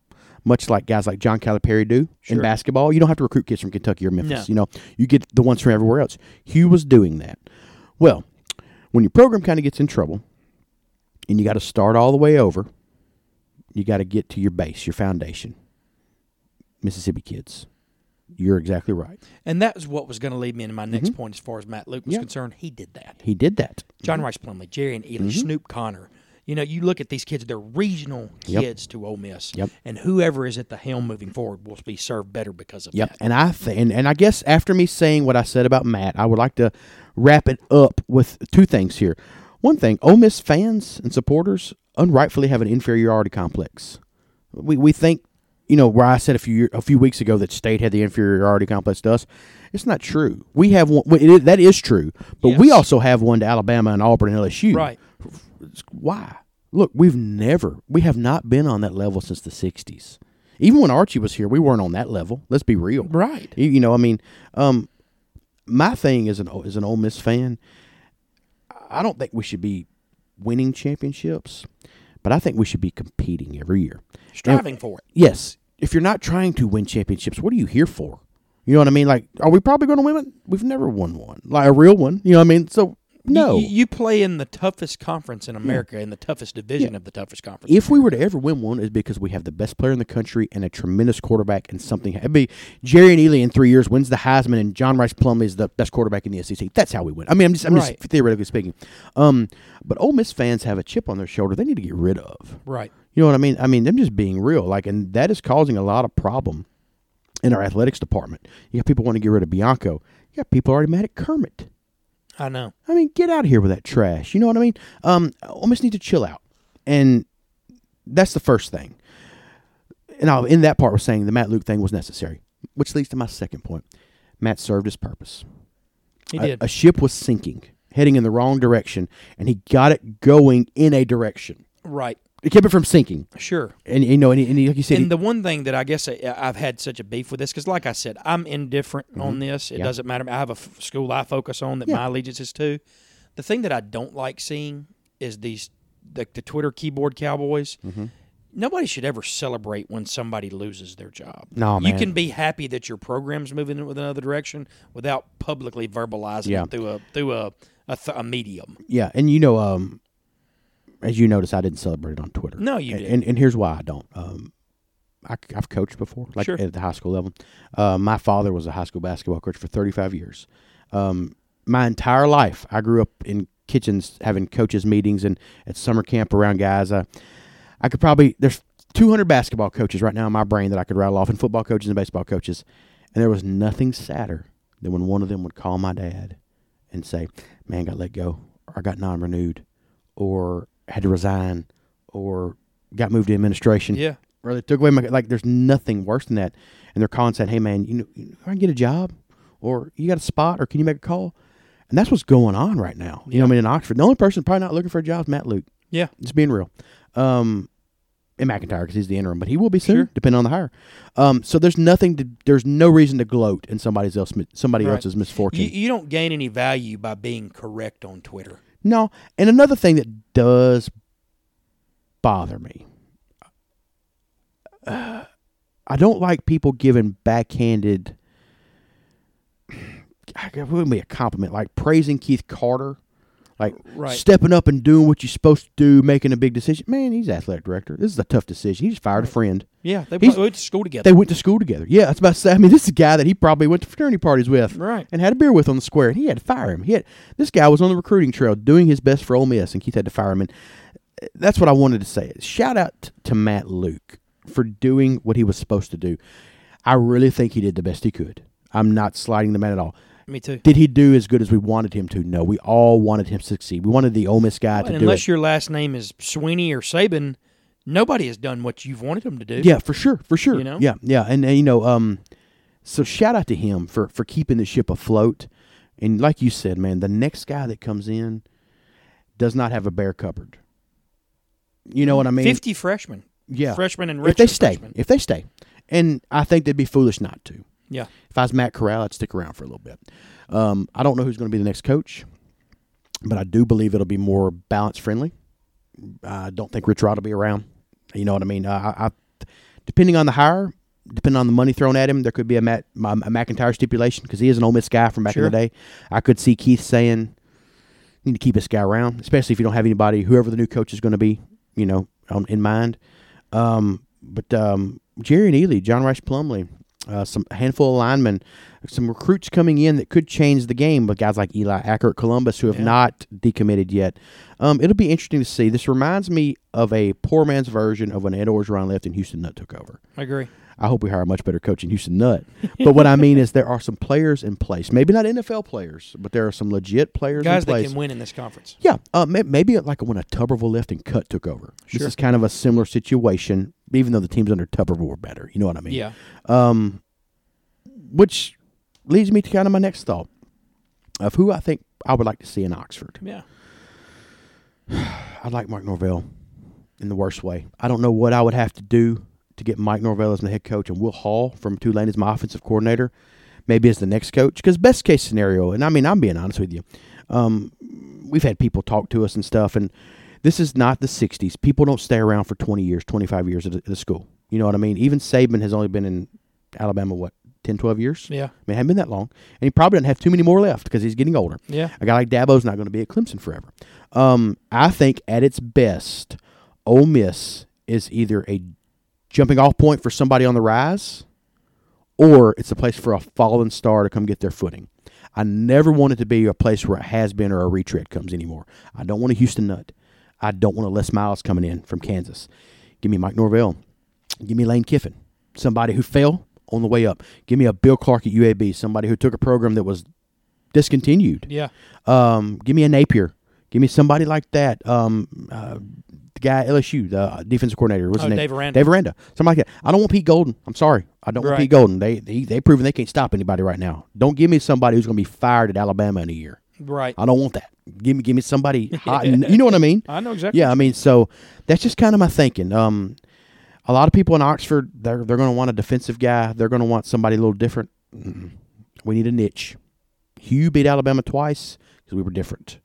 B: much like guys like John Calipari do in basketball, you don't have to recruit kids from Kentucky or Memphis.
A: No.
B: You know, you get the ones from everywhere else. Hugh was doing that. Well, when your program kind of gets in trouble, and you got to start all the way over, you got to get to your base, your foundation. Mississippi kids, you're exactly right.
A: and that was what was going to lead me into my next point as far as Matt Luke was
B: Mm-hmm. Yeah. Mm-hmm.
A: concerned. He did that.
B: He did that.
A: John Rice Plumley, Jerry and Ely,
B: Mm-hmm.
A: Snoop Connor. You know, you look at these kids, they're regional
B: Yep.
A: kids to Ole Miss.
B: Yep.
A: And whoever is at the helm moving forward will be served better because of
B: Yep.
A: that.
B: And I th- and, and I guess after me saying what I said about Matt, I would like to wrap it up with two things here. One thing, Ole Miss fans and supporters unrightfully have an inferiority complex. We we think you know, where I said a few year, a few weeks ago that state had the inferiority complex to us, it's not true. We have one. well, It is, that is true, but we
A: Yes.
B: also have one to Alabama and Auburn and LSU.
A: Right.
B: Why? Look, we've never, we have not been on that level since the '60s. Even when Archie was here, we weren't on that level. Let's be real.
A: Right.
B: You, you know, I mean, um, my thing as an as an Ole Miss fan, I don't think we should be winning championships, but I think we should be competing every year.
A: Striving for it.
B: Yes, if you're not trying to win championships, what are you here for? You know what I mean? Like, are we probably going to win it? We've never won one, like a real one. You know what I mean? So no. Hmm.
A: You, you play in the toughest conference in America, in the toughest division of the toughest conference.
B: if we were to ever win one, it's because we have the best player in the country and a tremendous quarterback and something. It'd be Jerry and Ely in three years wins the Heisman and John Rice Plumley is the best quarterback in the SEC. That's how we win. I mean, I'm just, I'm
A: Right.
B: just theoretically speaking. Um, but Ole Miss fans have a chip on their shoulder. They need to get rid of.
A: right.
B: You know what I mean? I mean, them just being real, like, and that is causing a lot of problem in our athletics department. You got people wanting to get rid of Bianco. You got people already mad at Kermit.
A: I know.
B: I mean, get out of here with that trash. You know what I mean? Um, Ole Miss need to chill out, and that's the first thing. And I'll end that part with saying the Matt Luke thing was necessary, which leads to my second point. Matt served his purpose.
A: He
B: A-
A: did.
B: A, ship was sinking, heading in the wrong direction, and he got it going in a direction.
A: right.
B: It kept it from sinking,
A: Sure.
B: and you know, and, he- and he- like you said, he-
A: And the one thing that I guess I, I've had such a beef with this, because like I said, I'm indifferent
B: Mm-hmm.
A: on this. It doesn't matter. I have a f- school I focus on that my allegiance is to. The thing that I don't like seeing is these, like the, Twitter keyboard cowboys.
B: Mm-hmm.
A: Nobody should ever celebrate when somebody loses their job.
B: No,
A: You
B: Oh, man.
A: can be happy that your program's moving in with another direction without publicly verbalizing
B: Yeah.
A: it through a through a a, th- a medium.
B: yeah, and you know, um, as you notice, I didn't celebrate it on Twitter.
A: No, you
B: and,
A: didn't.
B: And, and here's why I don't. Um, I, have coached before, like
A: Sure.
B: at the high school level. Uh, my father was a high school basketball coach for 35 years. Um, my entire life, I grew up in kitchens having coaches meetings and at summer camp around guys. Uh, I could probably there's 200 basketball coaches right now in my brain that I could rattle off, and football coaches and baseball coaches, and there was nothing sadder than when one of them would call my dad and say, "Man, got let go, or I got non-renewed, or had to resign, or got moved to administration."
A: Yeah.
B: or they took away my like. There's nothing worse than that, and they're calling saying, "Hey man, you know, you know, I can get a job, or you got a spot, or can you make a call?" And that's what's going on right now. You know, what I mean, in Oxford, the only person probably not looking for a job is Matt Luke.
A: Yeah.
B: It's being real. Um, and McIntyre because he's the interim, but he will be soon,
A: Sure.
B: depending on the hire. Um, so there's nothing to, there's no reason to gloat in somebody else somebody
A: Right.
B: else's misfortune.
A: You, you don't gain any value by being correct on Twitter.
B: No, and another thing that does bother me, uh, I don't like people giving backhanded. It wouldn't be a compliment, like praising Keith Carter, like
A: Right.
B: stepping up and doing what you're supposed to do, making a big decision. Man, he's athletic director. This is a tough decision. He just fired a friend.
A: Yeah. They
B: He's-
A: probably went to school together.
B: They went to school together. Yeah, it's about. to say- I mean, this is a guy that he probably went to fraternity parties with,
A: Right.
B: And had a beer with on the square, and he had to fire him. He had this guy was on the recruiting trail doing his best for Ole Miss, and Keith had to fire him. And uh, that's what I wanted to say. Shout out t- to Matt Luke for doing what he was supposed to do. I really think he did the best he could. I'm not sliding the man at all.
A: Me too.
B: Did he do as good as we wanted him to? No, we all wanted him to succeed. We wanted the Ole Miss guy
A: And
B: to do it.
A: unless your last name is Sweeney or Saban, nobody has done what you've wanted them to do.
B: Yeah, for sure, for sure.
A: You know?
B: Yeah, yeah, and, and you know, um, so shout out to him for for keeping the ship afloat. And like you said, man, the next guy that comes in does not have a bare cupboard. You know what I mean?
A: fifty freshmen.
B: yeah.
A: freshmen and rich
B: if they stay,
A: freshmen.
B: if they stay, and I think they'd be foolish not to.
A: Yeah,
B: If I was Matt Corral, I'd stick around for a little bit. Um, I don't know who's going to be the next coach, but I do believe it'll be more balance friendly. I don't think Rich Rod will be around. You know what I mean? Uh, I, I, depending on the hire, depending on the money thrown at him, there could be a, Matt, a McIntyre stipulation because he is an Ole Miss guy from back
A: Sure.
B: in the day. I could see Keith saying, "Need to keep this guy around, especially if you don't have anybody, whoever the new coach is going to be, you know, on, in mind." Um, but um, Jerry and Ely, John Rice Plumley, uh, some a handful of linemen, some recruits coming in that could change the game, but guys like Eli Acker at Columbus who have
A: Yeah.
B: not decommitted yet. Um, it'll be interesting to see. This reminds me of a poor man's version of when Ed Orgeron left and Houston Nutt took over.
A: I agree.
B: I hope we hire a much better coach in Houston Nutt. But what I mean is there are some players in place. Maybe not NFL players, but there are some legit players
A: Guys
B: in
A: that
B: place.
A: can win in this conference.
B: uh, Yeah, uh, may- maybe like when a Tuberville left and Cut took over.
A: Sure.
B: This is kind of a similar situation even though the team's under Tupperware better. You know what I mean?
A: Yeah.
B: Um, which leads me to kind of my next thought of who I think I would like to see in Oxford.
A: Yeah.
B: I'd like Mike Norvell in the worst way. I don't know what I would have to do to get Mike Norvell as my head coach and Will Hall from Tulane as my offensive coordinator, maybe as the next coach. Because best case scenario, and I mean I'm being honest with you, um, we've had people talk to us and stuff, and this is not the '60s. People don't stay around for 20 years, 25 years at a, at a school. You know what I mean? Even Saban has only been in Alabama what 10, 12 years.
A: Yeah.
B: I mean, it hadn't been that long, and he probably doesn't have too many more left because he's getting older.
A: Yeah.
B: A guy like Dabo's not going to be at Clemson forever. Um, I think at its best, Ole Miss is either a jumping off point for somebody on the rise, or it's a place for a fallen star to come get their footing. I never want it to be a place where it has been or a retread comes anymore. I don't want a Houston nut. I don't want a Les Miles coming in from Kansas. Give me Mike Norvell. Give me Lane Kiffin, somebody who fell on the way up. Give me a Bill Clark at UAB, somebody who took a program that was discontinued
A: Yeah.
B: um, give me a Napier. Give me somebody like that. Um, uh, the guy at LSU, the uh, defensive coordinator, what's
A: Oh,
B: his name?
A: Dave Aranda.
B: Dave Aranda. Somebody like that. I don't want Pete Golden. I'm sorry. I don't want
A: Right.
B: Pete Golden. They they they proven they can't stop anybody right now. Don't give me somebody who's going to be fired at Alabama in a year.
A: Right.
B: I don't want that. Give me give me somebody hot. and- you know what I mean?
A: I know exactly.
B: Yeah, I mean, so that's just kind of my thinking. Um, a lot of people in Oxford, they're they're going to want a defensive guy. They're going to want somebody a little different. Mm-mm. We need a niche. Hugh beat Alabama twice because we were different,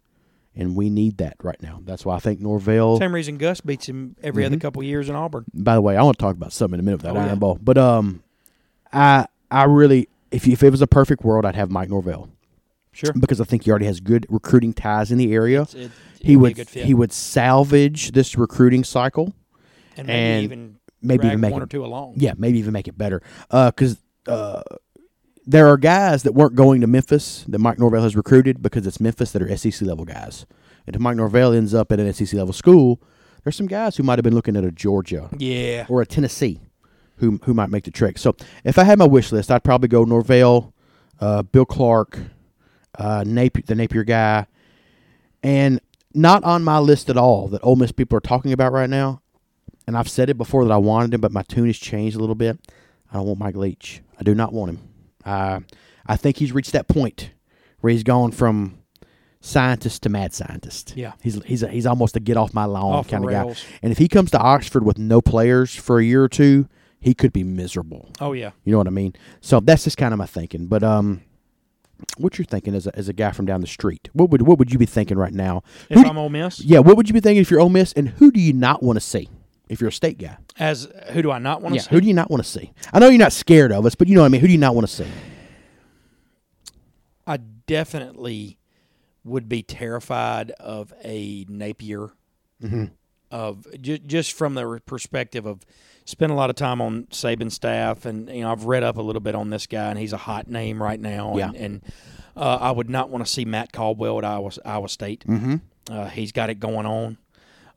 B: and we need that right now. That's why I think Norvell.
A: Same reason Gus beats him every
B: Mm-hmm.
A: other couple years in Auburn.
B: By the way, I want to talk about something in a minute with that
A: Oh,
B: iron
A: yeah.
B: ball. But um, I I really, if if it was a perfect world, I'd have Mike Norvell
A: Sure.
B: because I think he already has good recruiting ties in the area.
A: It's- it-
B: He
A: it'd be a
B: would
A: good fit.
B: he would salvage this recruiting cycle.
A: and maybe
B: and
A: even
B: maybe
A: drag
B: even make
A: one
B: it-
A: or two along.
B: Yeah, maybe even make it better. Because uh, there are guys that weren't going to Memphis that Mike Norvell has recruited because it's Memphis that are SEC level guys. And if Mike Norvell ends up at an SEC level school, there's some guys who might have been looking at a Georgia
A: Yeah.
B: or a Tennessee who who might make the trick. So if I had my wish list, I'd probably go Norvell, uh, Bill Clark, uh, Napier, the Napier guy, and not on my list at all that Ole Miss people are talking about right now. And I've said it before that I wanted him, but my tune has changed a little bit. I don't want Mike Leach. I do not want him. I I think he's reached that point where he's gone from scientist to mad scientist.
A: Yeah.
B: he's he's a, he's almost a get off my lawn
A: Off the
B: kind of guy.
A: rails.
B: And if he comes to Oxford with no players for a year or two, he could be miserable.
A: Oh yeah.
B: You know what I mean? So that's just kind of my thinking. But um, what you're thinking as a, as a guy from down the street? What would what would you be thinking right now?
A: If
B: Who do-
A: I'm Ole Miss,
B: yeah, what would you be thinking if you're Ole Miss? And who do you not want to see if you're a state guy?
A: as who do I not want to
B: Yeah, who do you not want to see? I know you're not scared of us, but you know what I mean. Who do you not want to see?
A: I definitely would be terrified of a Napier.
B: Mm-hmm.
A: Of ju- just from the perspective of spent a lot of time on Saban's staff, and you know I've read up a little bit on this guy, and he's a hot name right now. And,
B: Yeah.
A: and uh, I would not want to see Matt Caldwell at Iowa Iowa State. Mm-hmm. Uh, he's got it going on.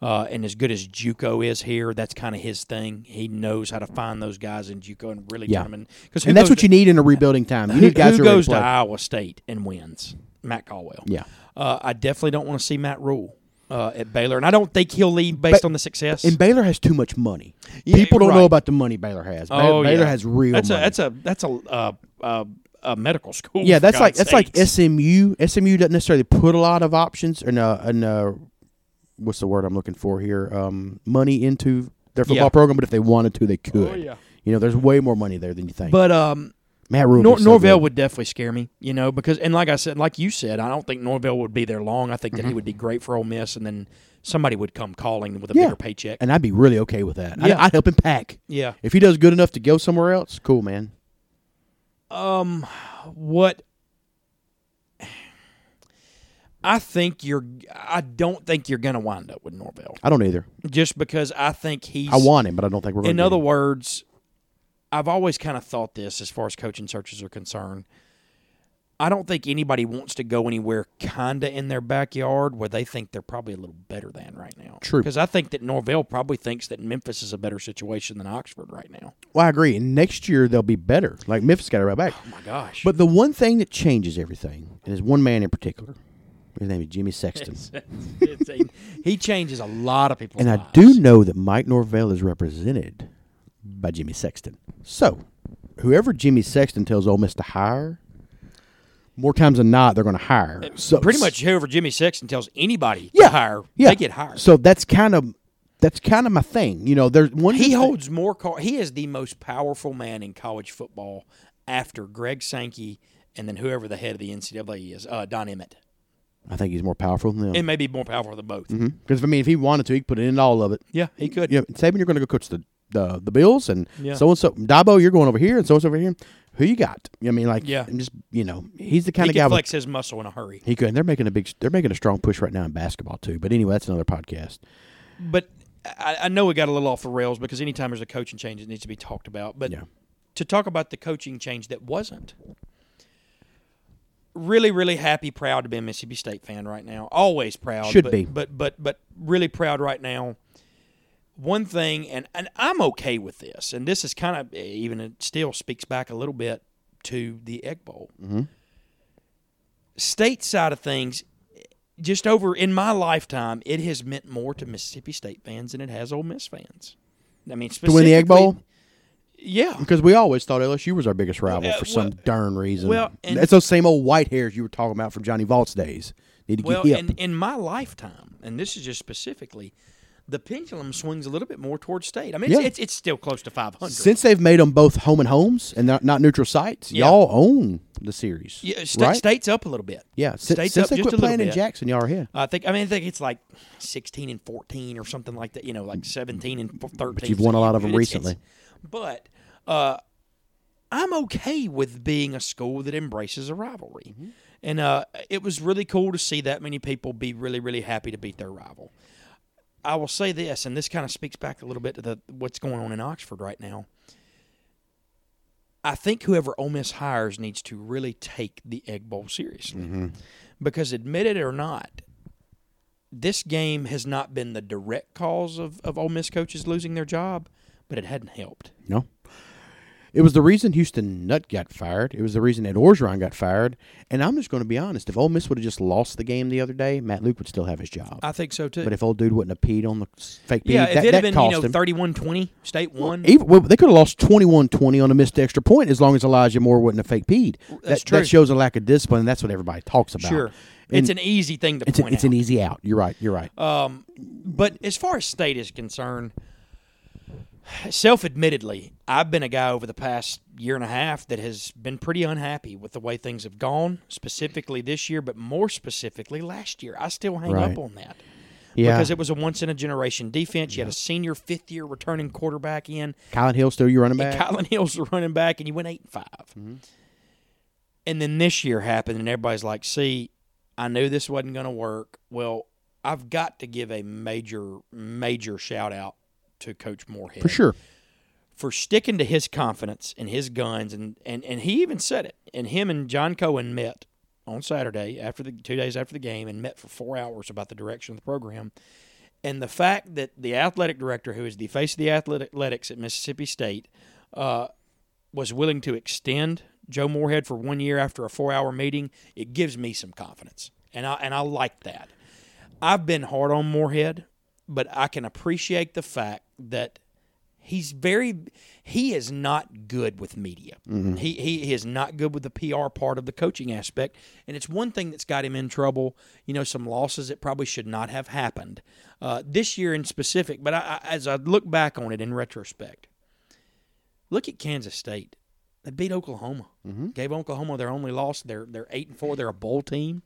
A: Uh, and as good as JUCO is here, that's kind of his thing. He knows how to find those guys in JUCO and really
B: Yeah.
A: turn them in. Because
B: And that's what you need in a rebuilding time. You
A: who,
B: need guys
A: who
B: who are ready
A: goes
B: to
A: to,
B: play.
A: Iowa State and wins? Matt Caldwell.
B: Yeah.
A: Uh, I definitely don't want to see Matt Rule uh, at Baylor, and I don't think he'll leave based
B: Ba-
A: on the success.
B: And Baylor has too much money.
A: Yeah,
B: People don't
A: right.
B: know about the money Baylor has. Ba-
A: Oh,
B: Baylor
A: yeah.
B: has real
A: that's
B: money.
A: a that's a that's a uh, uh, a medical school.
B: Yeah,
A: for
B: that's like
A: God's
B: that's like
A: sakes.
B: SMU. SMU doesn't necessarily put a lot of options and uh and uh, what's the word I'm looking for here? Um, money into their football
A: Yeah. Oh,
B: program, but if they wanted to, they could.
A: yeah.
B: You know, there's way more money there than you think.
A: But um,
B: Matt Rule,
A: Nor-
B: so
A: Norvell
B: good.
A: would definitely scare me, you know, because and like I said, like you said, I don't think Norvell would be there long. I think that he
B: Mm-hmm.
A: would be great for Ole Miss, and then somebody would come calling with a
B: Yeah.
A: bigger paycheck.
B: and I'd be really okay with that. I'd,
A: Yeah.
B: I'd help him pack
A: yeah.
B: if he does good enough to go somewhere else. Cool, man.
A: Um, what I think you're, I don't think you're going to wind up with Norvell
B: I don't either.
A: just because I think he's.
B: I want him, but I don't think we're going
A: in
B: to.
A: other words, I've always kind of thought this as far as coaching searches are concerned. I don't think anybody wants to go anywhere kinda in their backyard where they think they're probably a little better than right now.
B: True.
A: Because I think that Norvell probably thinks that Memphis is a better situation than Oxford right now.
B: well, I agree. And next year they'll be better. Like Memphis got it right back.
A: Oh my gosh.
B: But the one thing that changes everything, and there's one man in particular. His name is Jimmy Sexton.
A: It's a- he changes a lot of people's
B: And I
A: lives.
B: do know that Mike Norvell is represented by Jimmy Sexton. So, whoever Jimmy Sexton tells Ole Miss to hire, more times than not, they're going to hire. So
A: Pretty much whoever Jimmy Sexton tells anybody
B: Yeah,
A: to hire,
B: yeah.
A: they get hired.
B: So that's kind of that's kind of my thing. You know, there's one.
A: he
B: good thing-
A: holds more. Call- he is the most powerful man in college football after Greg Sankey and then whoever the head of the NCAA is, uh, Don Emmett.
B: I think he's more powerful than
A: It
B: them.
A: may be more powerful than both.
B: Because I mean, if he wanted to, he could put an end to all of it.
A: Mm-hmm. Yeah, he could.
B: You know, Saban, you're going to go coach the the, the Bills, and
A: Yeah.
B: so and so Dabo, you're going over here, and so and so over here. Who you got? You know what I mean, like,
A: Yeah.
B: I'm just you know, he's the
A: He
B: kind of
A: could
B: guy. with-
A: flex his muscle in a hurry.
B: he could. And they're making a big, they're making a strong push right now in basketball too. But anyway, that's another podcast.
A: But I, I know we got a little off the rails because anytime there's a coaching change, it needs to be talked about. But
B: Yeah.
A: to talk about the coaching change that wasn't, really, really happy, proud to be a Mississippi State fan right now. Always proud.
B: Should
A: but,
B: be.
A: But but but really proud right now. One thing, and and I'm okay with this, and this is kind of even it still speaks back a little bit to the Egg Bowl. State side of things, just over in my lifetime, it has meant more to Mississippi State fans than it has Ole Miss fans. I mean,
B: To win the Egg Bowl,
A: yeah.
B: because we always thought LSU was our biggest rival
A: Uh,
B: for some
A: well-
B: darn reason.
A: well, and-
B: it's those same old white hairs you were talking about from Johnny Vault's days. Need to
A: Well,
B: get hip.
A: in, in my lifetime, and this is just specifically, the pendulum swings a little bit more towards state. I mean, it's,
B: Yeah.
A: it's, it's still close to 500.
B: Since they've made them both home and homes and not, not neutral sites,
A: Yeah.
B: y'all own the series,
A: yeah, sta-
B: right?
A: State's up a little bit.
B: yeah, since,
A: State's
B: since
A: up
B: they
A: just
B: quit
A: a little
B: playing in
A: bit.
B: Jackson, y'all are ahead.
A: I think I mean I think it's like 16 and 14 or something like that. You know, like 17 and 13.
B: Mm. But you've won a lot of them
A: It's- it's-
B: recently.
A: but uh, I'm okay with being a school that embraces a rivalry,
B: Mm-hmm.
A: and uh, it was really cool to see that many people be really really happy to beat their rival. I will say this, and this kind of speaks back a little bit to the what's going on in Oxford right now. I think whoever Ole Miss hires needs to really take the Egg Bowl seriously,
B: Mm-hmm.
A: because admit it or not, this game has not been the direct cause of of Ole Miss coaches losing their job, but it hadn't helped.
B: No. It was the reason Houston Nutt got fired. It was the reason Ed Orgeron got fired. And I'm just going to be honest. If Ole Miss would have just lost the game the other day, Matt Luke would still have his job.
A: I think so too.
B: but if old dude wouldn't have peed on the s- fake pee,
A: yeah,
B: that,
A: if it
B: that
A: had been you
B: cost
A: know
B: him.
A: 31-20, state one.
B: Even, well, they could have lost 21-20 on a missed extra point as long as Elijah Moore wouldn't have fake peed.
A: That's
B: that, that
A: true.
B: shows a lack of discipline, and that's what everybody talks about.
A: sure,
B: And
A: it's an easy thing to
B: it's, a-
A: point
B: it's
A: out.
B: an e- easy out. You're right. You're right.
A: Um, but as far as state is concerned, self admittedly, I've been a guy over the past year and a half that has been pretty unhappy with the way things have gone, specifically this year, but more specifically last year. I still hang
B: Right.
A: up on that.
B: yeah.
A: Because it was a once in a generation defense. You had a senior fifth year returning quarterback in.
B: Colin Hill still your running back.
A: Colin Hill's the running back, and you went eight and 5 And then this year happened, and everybody's like, "See, I knew this wasn't going to work." Well, I've got to give a major, major shout out to Coach Moorhead
B: for sure.
A: for sticking to his confidence and his guns, and and and he even said it. And him and John Cohen met on Saturday after the two days after the game, and met for four hours about the direction of the program. And the fact that the athletic director, who is the face of the athletics at Mississippi State, uh, was willing to extend Joe Moorhead for one year after a four-hour meeting, it gives me some confidence, and I and I like that. I've been hard on Moorhead, but I can appreciate the fact that he's very he is not good with media. He, he he is not good with the PR part of the coaching aspect, and it's one thing that's got him in trouble. You know, some losses that probably should not have happened uh, this year in specific. But I, I, as I look back on it in retrospect, look at Kansas State. They beat Oklahoma. Gave Oklahoma their only loss. They're they're eight and four. They're a bowl team.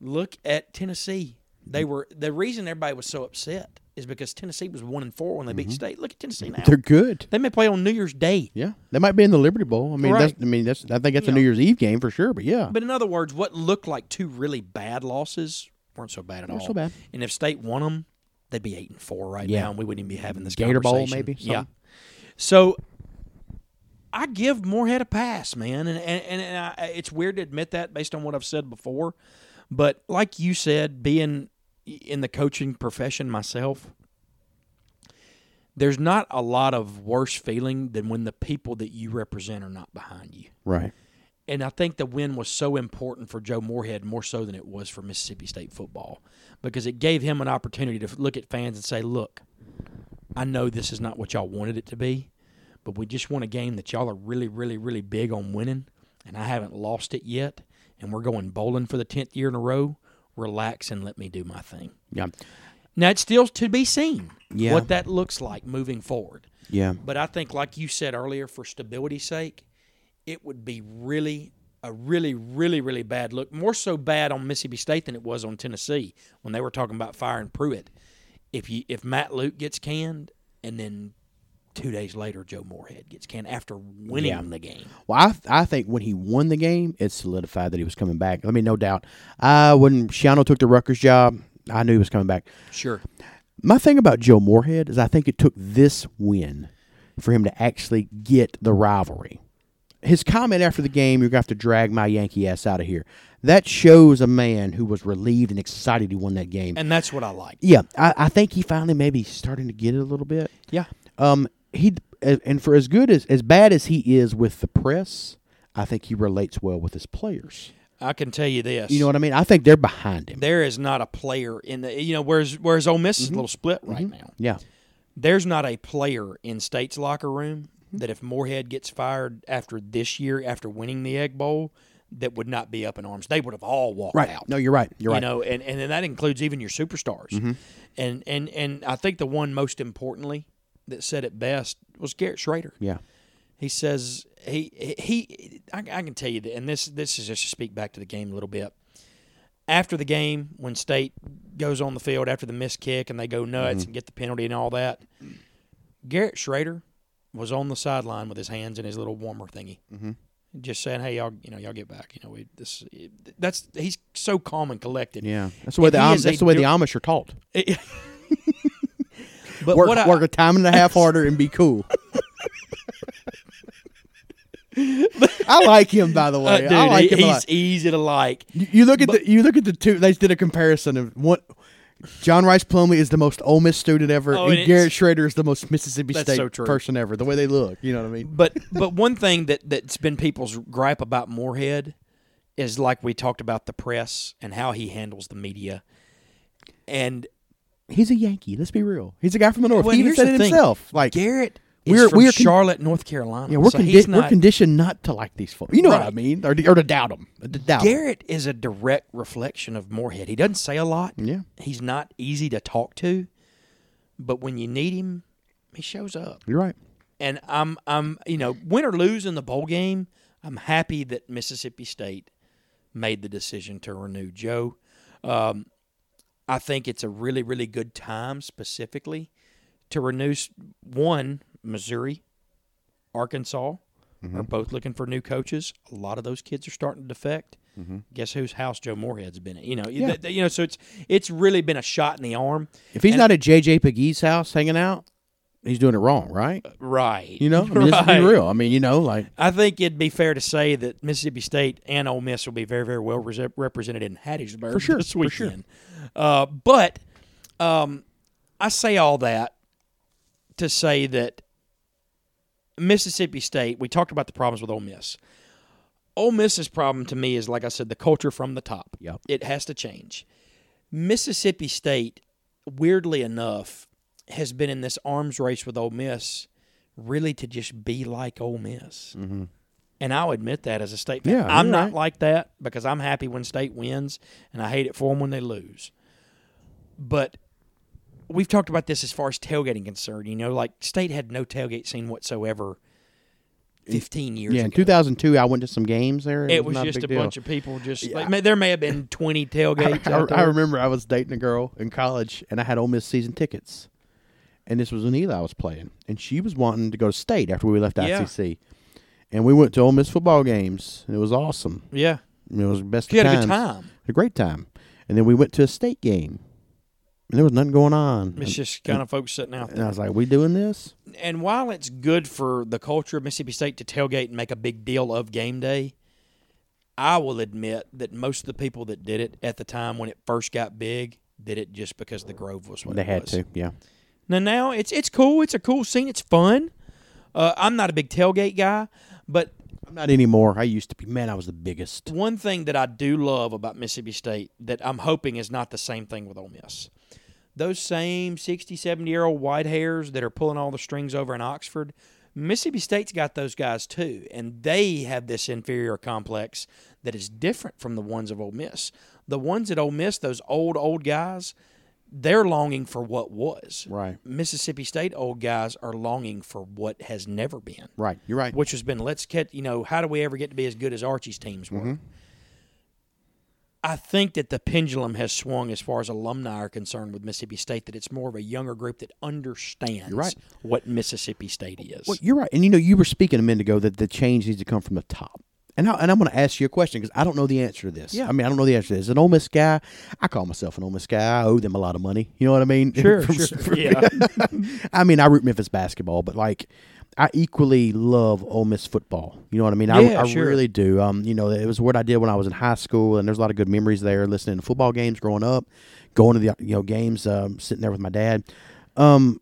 A: Look at Tennessee. They were the reason everybody was so upset is because Tennessee was one and four when they beat State. Look at Tennessee now.
B: They're good.
A: They may play on New Year's Day.
B: Yeah, they might be in the Liberty Bowl. I mean, that's,
A: Right.
B: I mean, that's I think that's a
A: Yeah.
B: New Year's Eve game for sure. But yeah,
A: But in other words, what looked like two really bad losses weren't so bad at all.
B: Weren't so bad.
A: And if State won them, they'd be eight and four right
B: Yeah.
A: now, and we wouldn't even be having this
B: Gator Bowl,
A: conversation.
B: maybe,
A: Yeah.
B: something.
A: So I give Moorhead a pass, man, and and, and, and I, it's weird to admit that based on what I've said before, but like you said, being in the coaching profession myself, there's not a lot of worse feeling than when the people that you represent are not behind you.
B: right.
A: And I think the win was so important for Joe Moorhead more so than it was for Mississippi State football because it gave him an opportunity to look at fans and say, look, I know this is not what y'all wanted it to be, but we just won a game that y'all are really, really, really big on winning, and I haven't lost it yet. And we're going bowling for the tenth year in a row. Relax and let me do my thing.
B: Yeah.
A: Now it's still to be seen
B: Yeah.
A: what that looks like moving forward.
B: Yeah.
A: But I think, like you said earlier, for stability's sake, it would be really a really, really, really bad look. More so bad on Mississippi State than it was on Tennessee when they were talking about firing Pruitt. If you if Matt Luke gets canned and then two days later Joe Moorhead gets canned after winning
B: Yeah.
A: the game.
B: Well, I, th- I think when he won the game, it solidified that he was coming back. I mean, no doubt. Uh, when Shiano took the Rutgers job, I knew he was coming back.
A: Sure.
B: My thing about Joe Moorhead is I think it took this win for him to actually get the rivalry. His comment after the game, you're going to have to drag my Yankee ass out of here. That shows a man who was relieved and excited he won that game.
A: And that's what I like.
B: yeah, I, I think he finally maybe starting to get it a little bit.
A: Yeah.
B: Um, he and for as good as as bad as he is with the press, I think he relates well with his players.
A: I can tell you this.
B: You know what I mean? I think they're behind him.
A: there is not a player in the you know, whereas whereas Ole Miss is
B: Mm-hmm.
A: a little split right now.
B: yeah,
A: there's not a player in State's locker room that if Moorhead gets fired after this year, after winning the Egg Bowl, that would not be up in arms. They would have all walked
B: right.
A: out.
B: No, you're right. You're
A: You
B: right. Mm-hmm.
A: know, and, and then that includes even your superstars. And and and I think the one most importantly that said it best was Garrett Schrader.
B: yeah,
A: He says he he I, I can tell you that, and this this is just to speak back to the game a little bit. After the game, when State goes on the field after the missed kick and they go nuts
B: Mm-hmm.
A: and get the penalty and all that, Garrett Schrader was on the sideline with his hands in his little warmer thingy,
B: Mhm.
A: just saying, "Hey, y'all, you know, y'all get back. You know, we, this that's he's so calm and collected.
B: yeah. That's the way
A: If
B: the
A: he
B: Am-
A: is a
B: that's the way the
A: dir-
B: Amish are taught.
A: but
B: Work
A: what I,
B: work a time and a half harder and be cool. I like him, by the
A: uh,
B: way.
A: dude,
B: I like
A: he-
B: him a lot.
A: he's easy to like.
B: You you look at the you look at the two. They did a comparison of what John Rice Plumley is the most Ole Miss student ever,
A: Oh, and
B: and
A: it's-
B: Garrett Schrader is the most Mississippi
A: That's
B: State
A: so true.
B: person ever. The way they look, you know what I mean?
A: But but one thing that that's been people's gripe about Moorhead is like we talked about the press and how he handles the media. And
B: He's a Yankee. Let's be real. He's a guy from the north.
A: Well,
B: he even
A: here's
B: said
A: the
B: it
A: thing.
B: himself. Like,
A: Garrett is
B: We're-
A: from
B: we're con-
A: Charlotte, North Carolina.
B: yeah, we're,
A: so
B: condi-
A: he's
B: we're
A: not,
B: conditioned not to like these folks. You know what I
A: Right.
B: mean? Or, to- or to doubt them. To doubt 'em.
A: Garrett is a direct reflection of Moorhead. He doesn't say a lot.
B: Yeah.
A: He's not easy to talk to, but when you need him, he shows up.
B: You're right.
A: and I'm I'm you know win or lose in the bowl game, I'm happy that Mississippi State made the decision to renew Joe. Um, I think it's a really really good time specifically to renew s- one Missouri, Arkansas are both looking for new coaches. A lot of those kids are starting to defect. Guess whose house Joe Moorhead's been at? You know, you-
B: Yeah.
A: th- you know. So it's it's really been a shot in the arm,
B: If he's
A: And-
B: not at JJ McGee's house hanging out, he's doing it wrong, right?
A: right?
B: You know, I mean, let's be
A: Right.
B: real. I mean, you know, like
A: I think it'd be fair to say that Mississippi State and Ole Miss will be very, very well re- represented in Hattiesburg
B: For sure,
A: this
B: for sure.
A: weekend. Uh, but um, I say all that to say that Mississippi State. We talked about the problems with Ole Miss. Ole Miss's problem to me is, like I said, the culture from the top.
B: Yep.
A: It has to change. Mississippi State, weirdly enough, has been in this arms race with Ole Miss, really to just be like Ole Miss.
B: Mm-hmm.
A: And I'll admit that as a state fan.
B: Yeah,
A: I'm
B: you're
A: not
B: right.
A: like that because I'm happy when state wins and I hate it for them when they lose. But we've talked about this as far as tailgating concerned. You know, like state had no tailgate scene whatsoever 15 years
B: yeah. In
A: ago.
B: 2002, I went to some games there.
A: It was
B: not
A: just
B: big
A: a
B: deal.
A: bunch of people just like, may- there may have been 20 tailgates
B: I,
A: out there.
B: I remember I was dating a girl in college, and I had Ole Miss season tickets, and this was when Eli was playing, and she was wanting to go to state after we left
A: Yeah.
B: ICC, and we went to Ole Miss football games, and it was awesome.
A: yeah.
B: I mean, it was the best.
A: You
B: of
A: had a good
B: times.
A: time.
B: a great time, and then we went to a state game, and there was nothing going on,
A: It's
B: and,
A: just kind of folks sitting out there.
B: and I was like, "We doing this?"
A: and while it's good for the culture of Mississippi State to tailgate and make a big deal of game day, I will admit that most of the people that did it at the time when it first got big did it just because the Grove was what
B: They
A: it
B: had
A: was.
B: to, yeah.
A: Now, now it's it's cool. It's a cool scene. It's fun. Uh, I'm not a big tailgate guy, but
B: I'm not anymore. I used to be. Man, I was the biggest.
A: one thing that I do love about Mississippi State that I'm hoping is not the same thing with Ole Miss. Those same 60, 70 year old white hairs that are pulling all the strings over in Oxford, Mississippi State's got those guys too, and they have this inferior complex that is different from the ones of Ole Miss. The ones at Ole Miss, those old old guys, they're longing for what was.
B: Right.
A: Mississippi State old guys are longing for what has never been.
B: Right. You're right.
A: Which has been let's get you know how do we ever get to be as good as Archie's teams were. I think that the pendulum has swung as far as alumni are concerned with Mississippi State. That it's more of a younger group that understands
B: right.
A: what Mississippi State is.
B: Well, you're right, and you know you were speaking a minute ago that the change needs to come from the top. And, I, and I'm going to ask you a question because I don't know the answer to this.
A: Yeah.
B: I mean, I don't know the answer to this. An Ole Miss guy, I call myself an Ole Miss guy. I owe them a lot of money. You know what I mean? From- from-
A: yeah.
B: I mean, I root Memphis basketball, but like, I equally love Ole Miss football. You know what I mean? I,
A: Yeah,
B: I
A: sure.
B: really do. Um, you know, it was what I did when I was in high school, and there's a lot of good memories there. Listening to football games growing up, going to the you know games, um, sitting there with my dad. Um,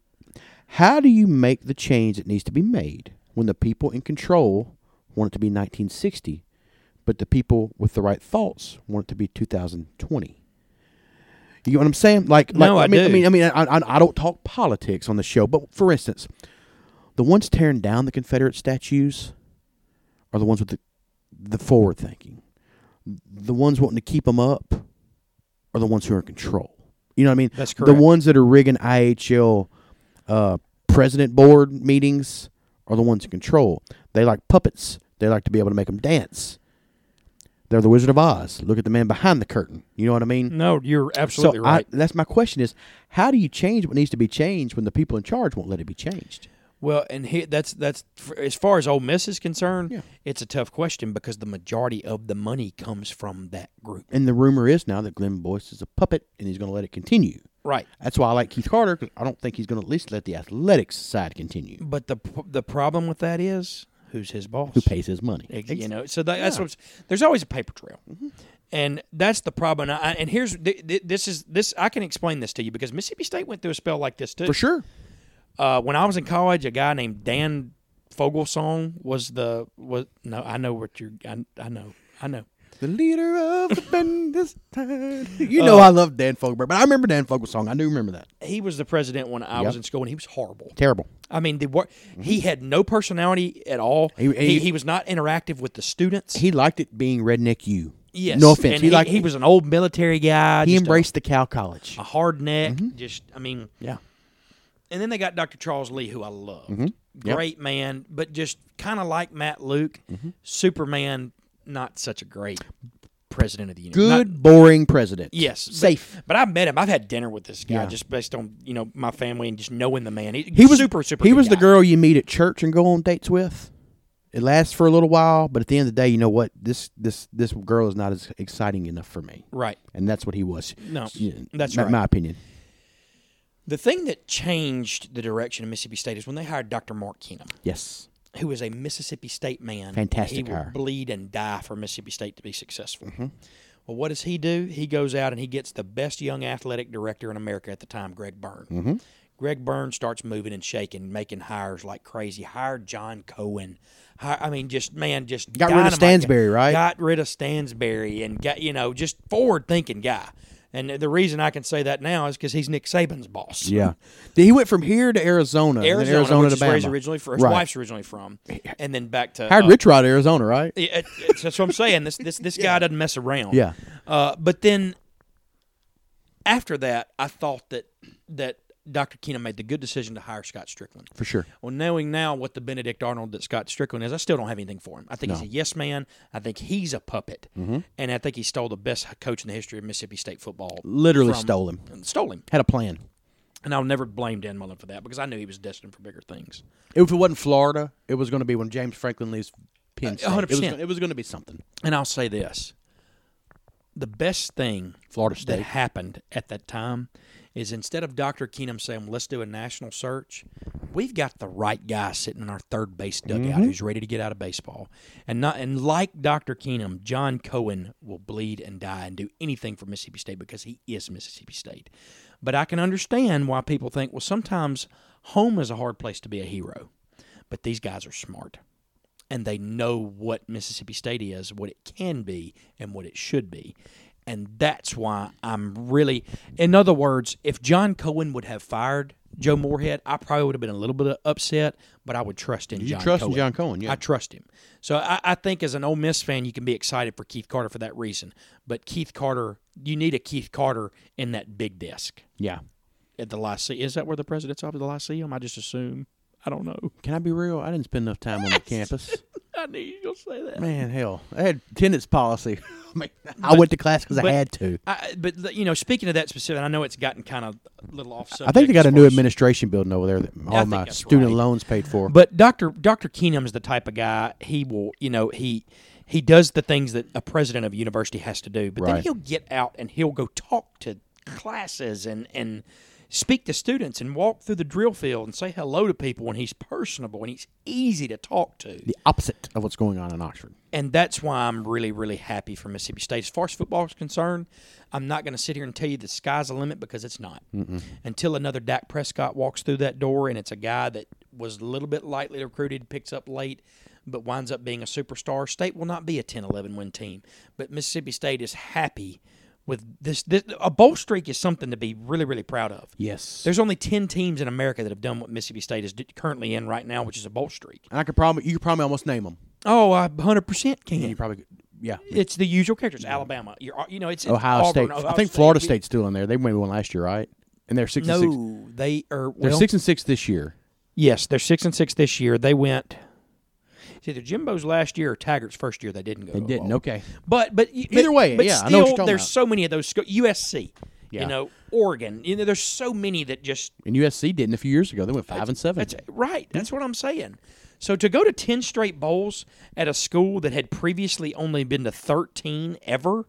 B: how do you make the change that needs to be made when the people in control want it to be 1960, but the people with the right thoughts want it to be 2020? You know what I'm saying? Like, like
A: No, I
B: mean, I
A: do.
B: mean, I mean, I, I, I don't talk politics on the show, but for instance, the ones tearing down the Confederate statues are the ones with the, the forward thinking. The ones wanting to keep them up are the ones who are in control. You know what I mean?
A: That's
B: The
A: correct.
B: ones that are rigging IHL uh, president board meetings are the ones in control. They like puppets. They like to be able to make them dance. They're the Wizard of Oz. Look at the man behind the curtain. You know what I mean?
A: No, you're Mm, absolutely
B: so
A: right.
B: I, that's my question is how do you change what needs to be changed when the people in charge won't let it be changed?
A: well, and he, that's that's for, as far as Ole Miss is concerned.
B: Yeah.
A: It's a tough question because the majority of the money comes from that group.
B: And the rumor is now that Glenn Boyce is a puppet and he's going to let it continue.
A: Right.
B: That's why I like Keith Carter because I don't think he's going to at least let the athletics side continue.
A: But the p- the problem with that is who's his boss?
B: Who pays his money?
A: Ex- You know, so that, that's what's there's always a paper trail,
B: Mm-hmm.
A: and that's the problem. And, I, and here's th- th- this is this I can explain this to you because Mississippi State went through a spell like this too.
B: For sure.
A: Uh, when I was in college, a guy named Dan Fogelsong was the was no I know what you're I, I know I know
B: The leader of the band this time. You
A: Uh,
B: know I love Dan Fogelberg, but I remember Dan Fogel's song. I do remember that.
A: he was the president when I was in school and he was horrible.
B: Terrible.
A: I mean the wor- he had no personality at all.
B: Mm-hmm. He-
A: He,
B: he-
A: he, was not interactive with the students.
B: He liked it being redneck you.
A: yes,
B: No offense.
A: And
B: he, liked
A: he was an old military guy.
B: he
A: just a- Uh,
B: embraced the Cal College.
A: a hard neck. Just I mean.
B: Mm-hmm. Yeah. Mm-hmm.
A: and then they got Dr. Charles Lee, who I loved. Great man, but just kind of like Matt Luke,
B: Mm-hmm.
A: Superman, not such a great president of the United.
B: Good, boring president.
A: yes, but-
B: Safe.
A: But, I met him. I've had dinner with this guy
B: Yeah.
A: just based on you know my family and just knowing the man. He,
B: He was
A: super super.
B: He
A: good
B: was the
A: guy.
B: girl you meet at church and go on dates with. It lasts for a little while, but at the end of the day, you know what? This this this girl is not as exciting enough for me.
A: right?
B: And that's what he was.
A: No,
B: Yeah,
A: that's
B: my,
A: right.
B: my opinion.
A: The thing that changed the direction of Mississippi State is when they hired Dr. Mark Keenum.
B: Yes.
A: who is a Mississippi State man.
B: Fantastic
A: He will
B: hire. Mm-hmm.
A: bleed and die for Mississippi State to be successful. Well, what does he do? He goes out and he gets the best young athletic director in America at the time, Greg Byrne.
B: Mm-hmm.
A: Greg Byrne starts moving and shaking, making hires like crazy. Hired John Cohen. Hi- I mean, just man, just
B: Got rid of
A: dynamite guy.
B: Stansberry, right?
A: Got rid of Stansberry and got you know just forward thinking guy. And the reason I can say that now is because he's Nick Saban's boss.
B: Yeah. he went from here to Arizona. and then
A: Arizona,
B: Arizona
A: which
B: to
A: is where he's
B: Bama.
A: originally from, his
B: Right.
A: wife's originally from, and then back to
B: Hired
A: uh,
B: Rich Rod, Arizona, right?
A: Yeah, it- it's- that's what I'm saying. This this this guy doesn't mess around.
B: Yeah.
A: Uh, but then after that, I thought that that Dr. Keenum made the good decision to hire Scott Strickland.
B: For sure.
A: Well, knowing now what the Benedict Arnold that Scott Strickland is, I still don't have anything for him. I think he's a yes man. I think he's a puppet,
B: Mm-hmm.
A: and I think he stole the best coach in the history of Mississippi State football.
B: Literally
A: from-
B: stole him.
A: Stole him,
B: Had a plan.
A: and I'll never blame Dan Mullen for that because I knew he was destined for bigger things.
B: If it wasn't Florida, it was going to be when James Franklin leaves Penn State. It was,
A: 100%.
B: gonna- it was going to be something.
A: And I'll say this: the best thing
B: Florida
A: that
B: State.
A: happened at that time is instead of Dr. Keenum saying, let's do a national search, we've got the right guy sitting in our third base dugout
B: Mm-hmm.
A: who's ready to get out of baseball. And not and like Dr. Keenum, John Cohen will bleed and die and do anything for Mississippi State because he is Mississippi State. But I can understand why people think, well, sometimes home is a hard place to be a hero. But these guys are smart and they know what Mississippi State is, what it can be, and what it should be. And that's why I'm really, in other words, if John Cohen would have fired Joe Moorhead, I probably would have been a little bit upset, but I would trust in
B: You
A: John
B: trust in
A: Cohen.
B: John Cohen, yeah.
A: I trust him. So I, I think as an Ole Miss fan, you can be excited for Keith Carter for that reason. But Keith Carter, you need a Keith Carter in that big desk
B: yeah.
A: at the Lyceum. Is that where the president's office, the Lyceum? I just assume. I don't know.
B: Can I be real? I didn't spend enough time on the campus.
A: I knew you were going to say that.
B: Man, hell, I had attendance policy. I mean, I went to class because I
A: but-
B: had to.
A: I, but you know, speaking of that specific, I know it's gotten kind of a little off. Subject
B: I think they
A: as
B: got a new
A: far as-
B: administration building over there that all
A: think
B: my
A: that's
B: student
A: right.
B: loans paid for.
A: But Doctor Doctor Keenum's the type of guy he will, you know, he he does the things that a president of a university has to do. But then
B: Right.
A: he'll get out and he'll go talk to classes and and speak to students and walk through the drill field and say hello to people and he's personable and he's easy to talk to.
B: the opposite of what's going on in Oxford.
A: And that's why I'm really, really happy for Mississippi State. As far as football is concerned, I'm not going to sit here and tell you the sky's the limit because it's not. Until another Dak Prescott walks through that door and it's a guy that was a little bit lightly recruited, picks up late, but winds up being a superstar, State will not be a 10 11 win team. But Mississippi State is happy with this. this a bowl streak is something to be really, really proud of.
B: Yes,
A: There's only 10 teams in America that have done what Mississippi State is d- currently in right now, which is a bowl streak.
B: and I could probably you could probably almost name them.
A: Oh, I 100% can.
B: You probably, could- yeah.
A: It's the usual characters. Alabama. You're, uh, you know, it's, it's
B: Ohio
A: Auburn,
B: State.
A: Ohio
B: I think
A: State.
B: Florida
A: We-
B: State's still in there. They maybe won last year, right? And they're six and six.
A: No, they are.
B: They're
A: Well,
B: six and six this year.
A: Yes, they're six and six this year. They went. It's either Jimbo's last year or Taggart's first year. They didn't go. They
B: Didn't okay.
A: But but y-
B: Either
A: but-
B: way,
A: but
B: yeah,
A: still,
B: I know what you're talking
A: there's
B: about.
A: so many of those. sco- USC,
B: Yeah.
A: you know, Oregon. You know, there's so many that just
B: And USC didn't a few years ago. They went five and seven.
A: That's right.
B: Hmm?
A: That's what I'm saying. So to go to ten straight bowls at a school that had previously only been to thirteen ever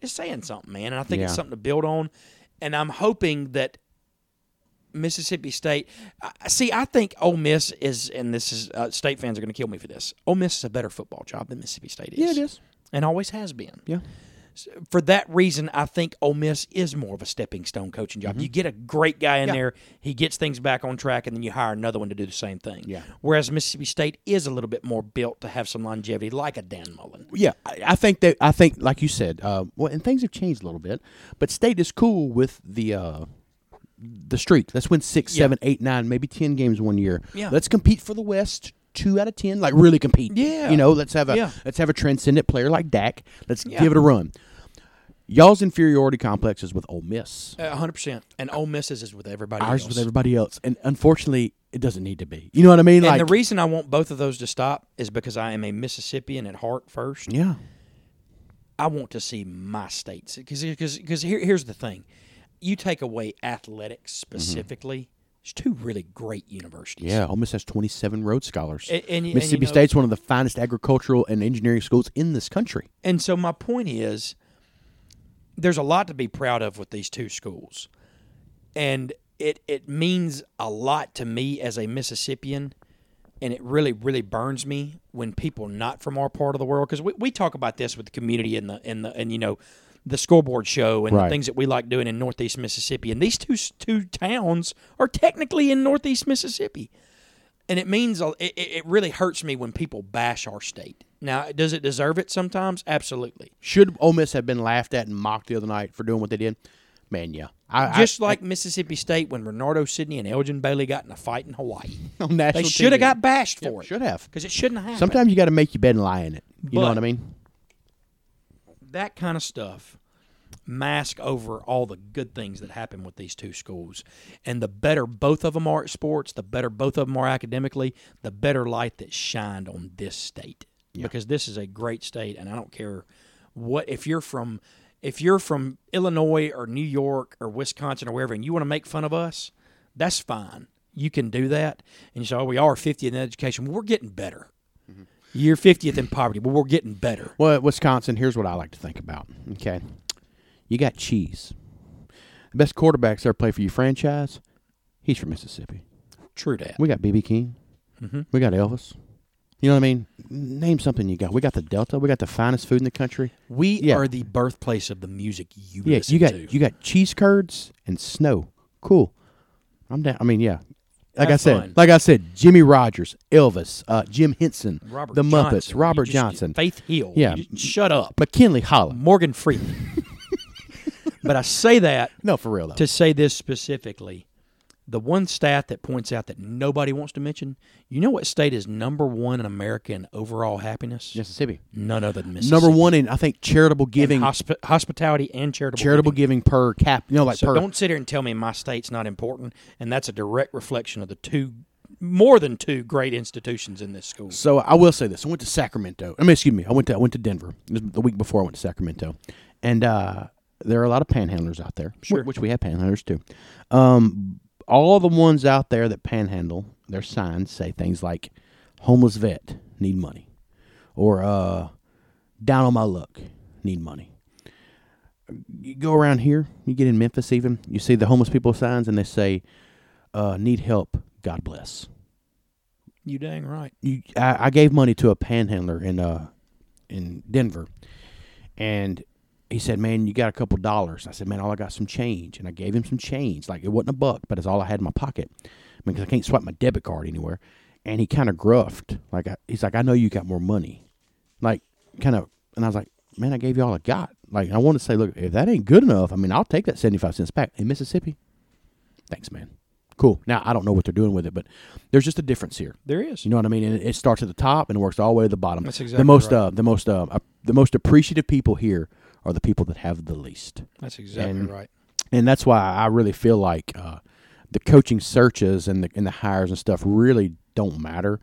A: is saying something, man. And I think
B: Yeah.
A: it's something to build on. And I'm hoping that Mississippi State. I- I- See, I think Ole Miss is, and this is uh, state fans are going to kill me for this. Ole Miss is a better football job than Mississippi State is.
B: Yeah, it is.
A: and always has been
B: Yeah.
A: for that reason, I think Ole Miss is more of a stepping stone coaching job. You get a great guy in there, he gets things back on track, and then you hire another one to do the same thing.
B: Yeah.
A: Whereas Mississippi State is a little bit more built to have some longevity, like a Dan Mullen.
B: Yeah, I, I think that I think like you said, uh, well, and things have changed a little bit, but state is cool with the uh, the streak. Let's win six,
A: Yeah.
B: seven, eight, nine, maybe ten games one year.
A: Yeah.
B: let's compete for the West. Two out of ten, like really compete.
A: Yeah.
B: you know, let's have a
A: Yeah.
B: let's have a transcendent player like Dak. Let's
A: Yeah.
B: give it a run. Y'all's inferiority complexes with Ole Miss.
A: Uh, 100%. And Ole Miss's is with everybody
B: Ours
A: else.
B: with everybody else, and unfortunately, it doesn't need to be. You know what I mean?
A: and
B: Like,
A: the reason I want both of those to stop is because I am a Mississippian at heart first.
B: yeah,
A: I want to see my states because because here, here's the thing, you take away athletics specifically, there's two really great universities.
B: yeah. Ole Miss has twenty-seven Rhodes scholars.
A: And- and- and you
B: Mississippi
A: know-
B: State's one of the finest agricultural and engineering schools in this country.
A: And so my point is there's a lot to be proud of with these two schools. And it it means a lot to me as a Mississippian and it really really burns me when people not from our part of the world cuz we, we talk about this with the community and the and the and you know the scoreboard show and
B: Right.
A: the things that we like doing in northeast Mississippi and these two s- two towns are technically in northeast Mississippi and it means a- it, it it really hurts me when people bash our state. Now, does it deserve it sometimes? Absolutely.
B: Should Ole Miss have been laughed at and mocked the other night for doing what they did? Man, yeah. I,
A: Just like Mississippi State when Renardo Sidney and Elgin Bailey got in a fight in Hawaii.
B: I, on national
A: They should have
B: TV.
A: got bashed for it.
B: Should have.
A: Because it shouldn't have happened.
B: Sometimes you got to make your bed and lie in it. You know
A: But-
B: what I mean?
A: that kind of stuff mask over all the good things that happen with these two schools. And the better both of them are at sports, the better both of them are academically, the better light that shined on this state. Because this is a great state and I don't care what if you're from if you're from Illinois or New York or Wisconsin or wherever and you want to make fun of us, that's fine. You can do that. And you say, Oh, we are fiftieth in education. Well, we're getting better. Mm-hmm. You're fiftieth in poverty, but we're getting better.
B: Well, at Wisconsin, here's what I like to think about. Okay. You got cheese. The best quarterbacks that ever play for your franchise, he's from Mississippi.
A: True that.
B: We got BB King.
A: Mm-hmm.
B: We got Elvis. You know what I mean? Name something you got. We got the Delta. We got the finest food in the country.
A: We
B: Yeah.
A: are the birthplace of the music you
B: Yeah,
A: listen
B: you got
A: to.
B: you got cheese curds and snow. Cool. I'm down. I mean, yeah. Like
A: Have
B: I said,
A: fun.
B: like I said, Jimmy Rogers, Elvis, uh, Jim Henson,
A: Robert
B: the Muppets,
A: Johnson.
B: Robert
A: You just-
B: Johnson,
A: Faith Hill.
B: Yeah.
A: You just- shut up.
B: McKinley Holland.
A: Morgan Freeman. but I say that
B: No, for real though.
A: to say this specifically. The one stat that points out that nobody wants to mention, you know what state is number one in America in overall happiness?
B: Mississippi.
A: None other than Mississippi.
B: Number one in I think charitable giving,
A: Hospi- hospitality and charitable.
B: charitable
A: giving.
B: giving per cap. You know, like
A: So
B: per.
A: don't sit here and tell me my state's not important, and that's a direct reflection of the two, more than two great institutions in this school.
B: So I will say this: I went to Sacramento. I mean, excuse me, I went to I went to Denver It was the week before I went to Sacramento, and uh, there are a lot of panhandlers out there,
A: Sure.
B: which we have panhandlers too. Um, all the ones out there that panhandle, their signs say things like "homeless vet need money," or uh, "down on my luck need money." You go around here, you get in Memphis, even you see the homeless people signs, and they say uh, "need help, God bless."
A: You dang right.
B: you, I, I gave money to a panhandler in uh in Denver, and he said, "Man, you got a couple dollars." I said, "Man, all I got is some change," and I gave him some change. Like it wasn't a buck, but it's all I had in my pocket because I can't swipe my debit card anywhere. And he kind of gruffed, like I, he's like, "I know you got more money," like kind of. And I was like, "Man, I gave you all I got." Like I want to say, "Look, if that ain't good enough, I mean, I'll take that seventy-five cents back." In Mississippi, thanks, man. Cool. Now I don't know what they're doing with it, but there's just a difference here.
A: There is.
B: You know what I mean? And it- it starts at the top and works all the way to the bottom.
A: That's
B: the
A: exactly
B: most
A: right.
B: uh, the most uh, ap- the most appreciative people here are the people that have the least,
A: That's exactly
B: and-
A: right.
B: and that's why I really feel like uh, the coaching searches and the and the hires and stuff really don't matter.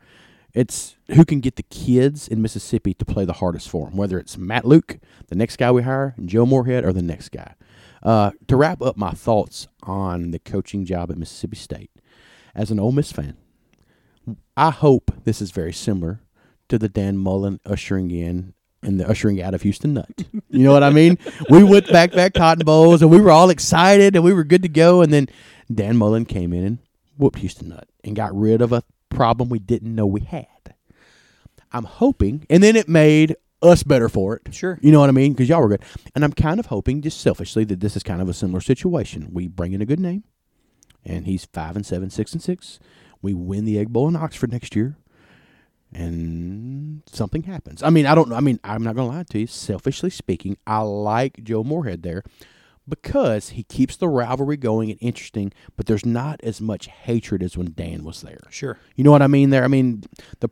B: It's who can get the kids in Mississippi to play the hardest for them, whether it's Matt Luke, the next guy we hire, Joe Moorhead, or the next guy. Uh, to wrap up my thoughts on the coaching job at Mississippi State, as an Ole Miss fan, I hope this is very similar to the Dan Mullen ushering in and the ushering out of Houston Nut. You know what I mean? we went back back Cotton Bowls and we were all excited and we were good to go. And then Dan Mullen came in and whooped Houston Nut and got rid of a problem we didn't know we had. I'm hoping, and then it made us better for it.
A: Sure.
B: You know what I mean? Because y'all were good. And I'm kind of hoping, just selfishly, that this is kind of a similar situation. We bring in a good name, and he's five and seven, six and six. We win the Egg Bowl in Oxford next year, and something happens. I mean, I don't know. I mean, I'm not going to lie to you. Selfishly speaking, I like Joe Moorhead there because he keeps the rivalry going and interesting, but there's not as much hatred as when Dan was there.
A: Sure.
B: You know what I mean? There, I mean, the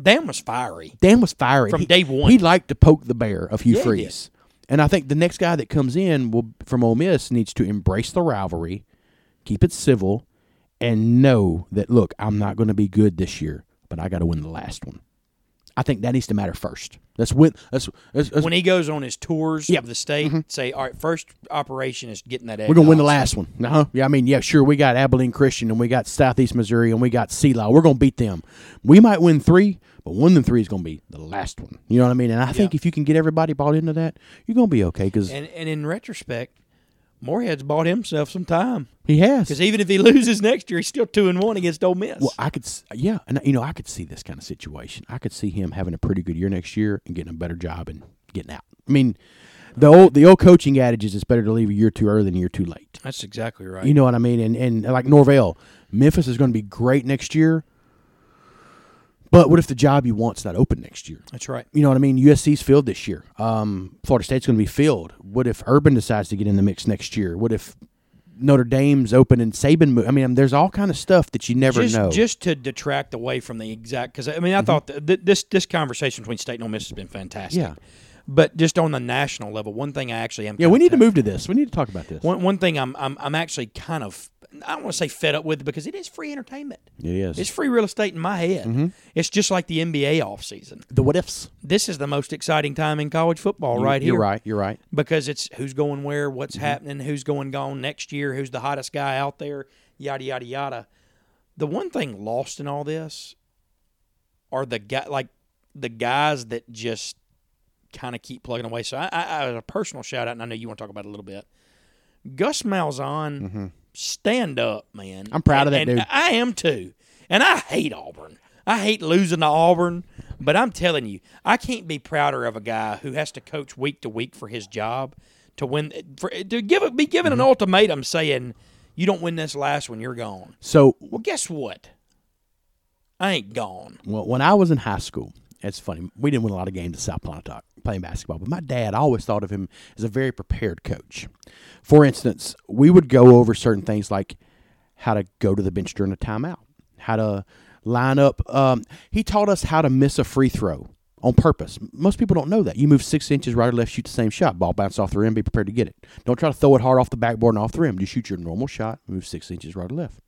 A: Dan was fiery.
B: Dan was fiery
A: From
B: He-
A: day one.
B: He liked to poke the bear of Hugh
A: Yeah, he did.
B: Freeze, and I think the next guy that comes in will from Ole Miss needs to embrace the rivalry, keep it civil, and know that look, I'm not going to be good this year, but I got to win the last one. I think that needs to matter first. Let's win. Let's, let's, let's
A: When he goes on his tours
B: Yep.
A: of the state, say, all right, first operation is getting that egg.
B: Mm-hmm. We're gonna win the
A: off."
B: last one. Uh-huh. Yeah, I mean, yeah, sure. We got Abilene Christian and we got Southeast Missouri and we got Selah. We're gonna beat them. We might win three, but one of them three is gonna be the last one. You know what I mean? And I think if you can get everybody bought into that, you're gonna be okay because
A: And, and in retrospect, Moorhead's bought himself some time.
B: he has.
A: Because even if he loses next year, he's still 2 and 1 against Ole Miss.
B: Well, I could, s- yeah, and you know, I could see this kind of situation. I could see him having a pretty good year next year and getting a better job and getting out. I mean, the old the old coaching adage is it's better to leave a year too early than a year too late.
A: That's exactly right.
B: You know what I mean? And and like Norvell, Memphis is going to be great next year. But what if the job you want's not open next year?
A: That's right.
B: You know what I mean? USC's filled this year. Um, Florida State's going to be filled. What if Urban decides to get in the mix next year? What if Notre Dame's open and Saban? Mo- I mean, there's all kind of stuff that you never
A: just,
B: know. Mm-hmm.
A: Just to detract away from the exact, because I mean, I thought th- th- this this conversation between State and Ole Miss has been fantastic.
B: Yeah.
A: But just on the national level, one thing I actually am.
B: yeah, we
A: kinda
B: need to move to this. We need to talk about this.
A: One, one thing I'm, I'm I'm actually kind of I don't want to say fed up with because it is free entertainment.
B: It is.
A: It's free real estate in my head.
B: Mm-hmm.
A: It's just like the NBA offseason.
B: the what ifs.
A: This is the most exciting time in college football right
B: You're
A: here.
B: right. You're right. Mm-hmm.
A: Because it's who's going where, what's happening, who's going gone next year, who's the hottest guy out there, yada yada yada. The one thing lost in all this are the guy like the guys that just kind of keep plugging away. So I, I, I a personal shout out, and I know you want to talk about it a little bit. Gus Malzahn, stand up, man.
B: Mm-hmm. I'm proud of
A: And-
B: that dude.
A: and I am too, and I hate Auburn. I hate losing to Auburn, but I'm telling you, I can't be prouder of a guy who has to coach week to week for his job to win for, to give be given
B: Mm-hmm.
A: an ultimatum saying you don't win this last one, you're gone.
B: So
A: Well, guess what? I ain't gone.
B: Well, when I was in high school, it's funny. We didn't win a lot of games at South Pontotoc playing basketball, but my dad I always thought of him as a very prepared coach. For instance, we would go over certain things like, how to go to the bench during a timeout, how to line up. Um, he taught us how to miss a free throw on purpose. Most people don't know that. You move six inches right or left, shoot the same shot. Ball bounce off the rim, be prepared to get it. Don't try to throw it hard off the backboard and off the rim. Just shoot your normal shot, move six inches right or left.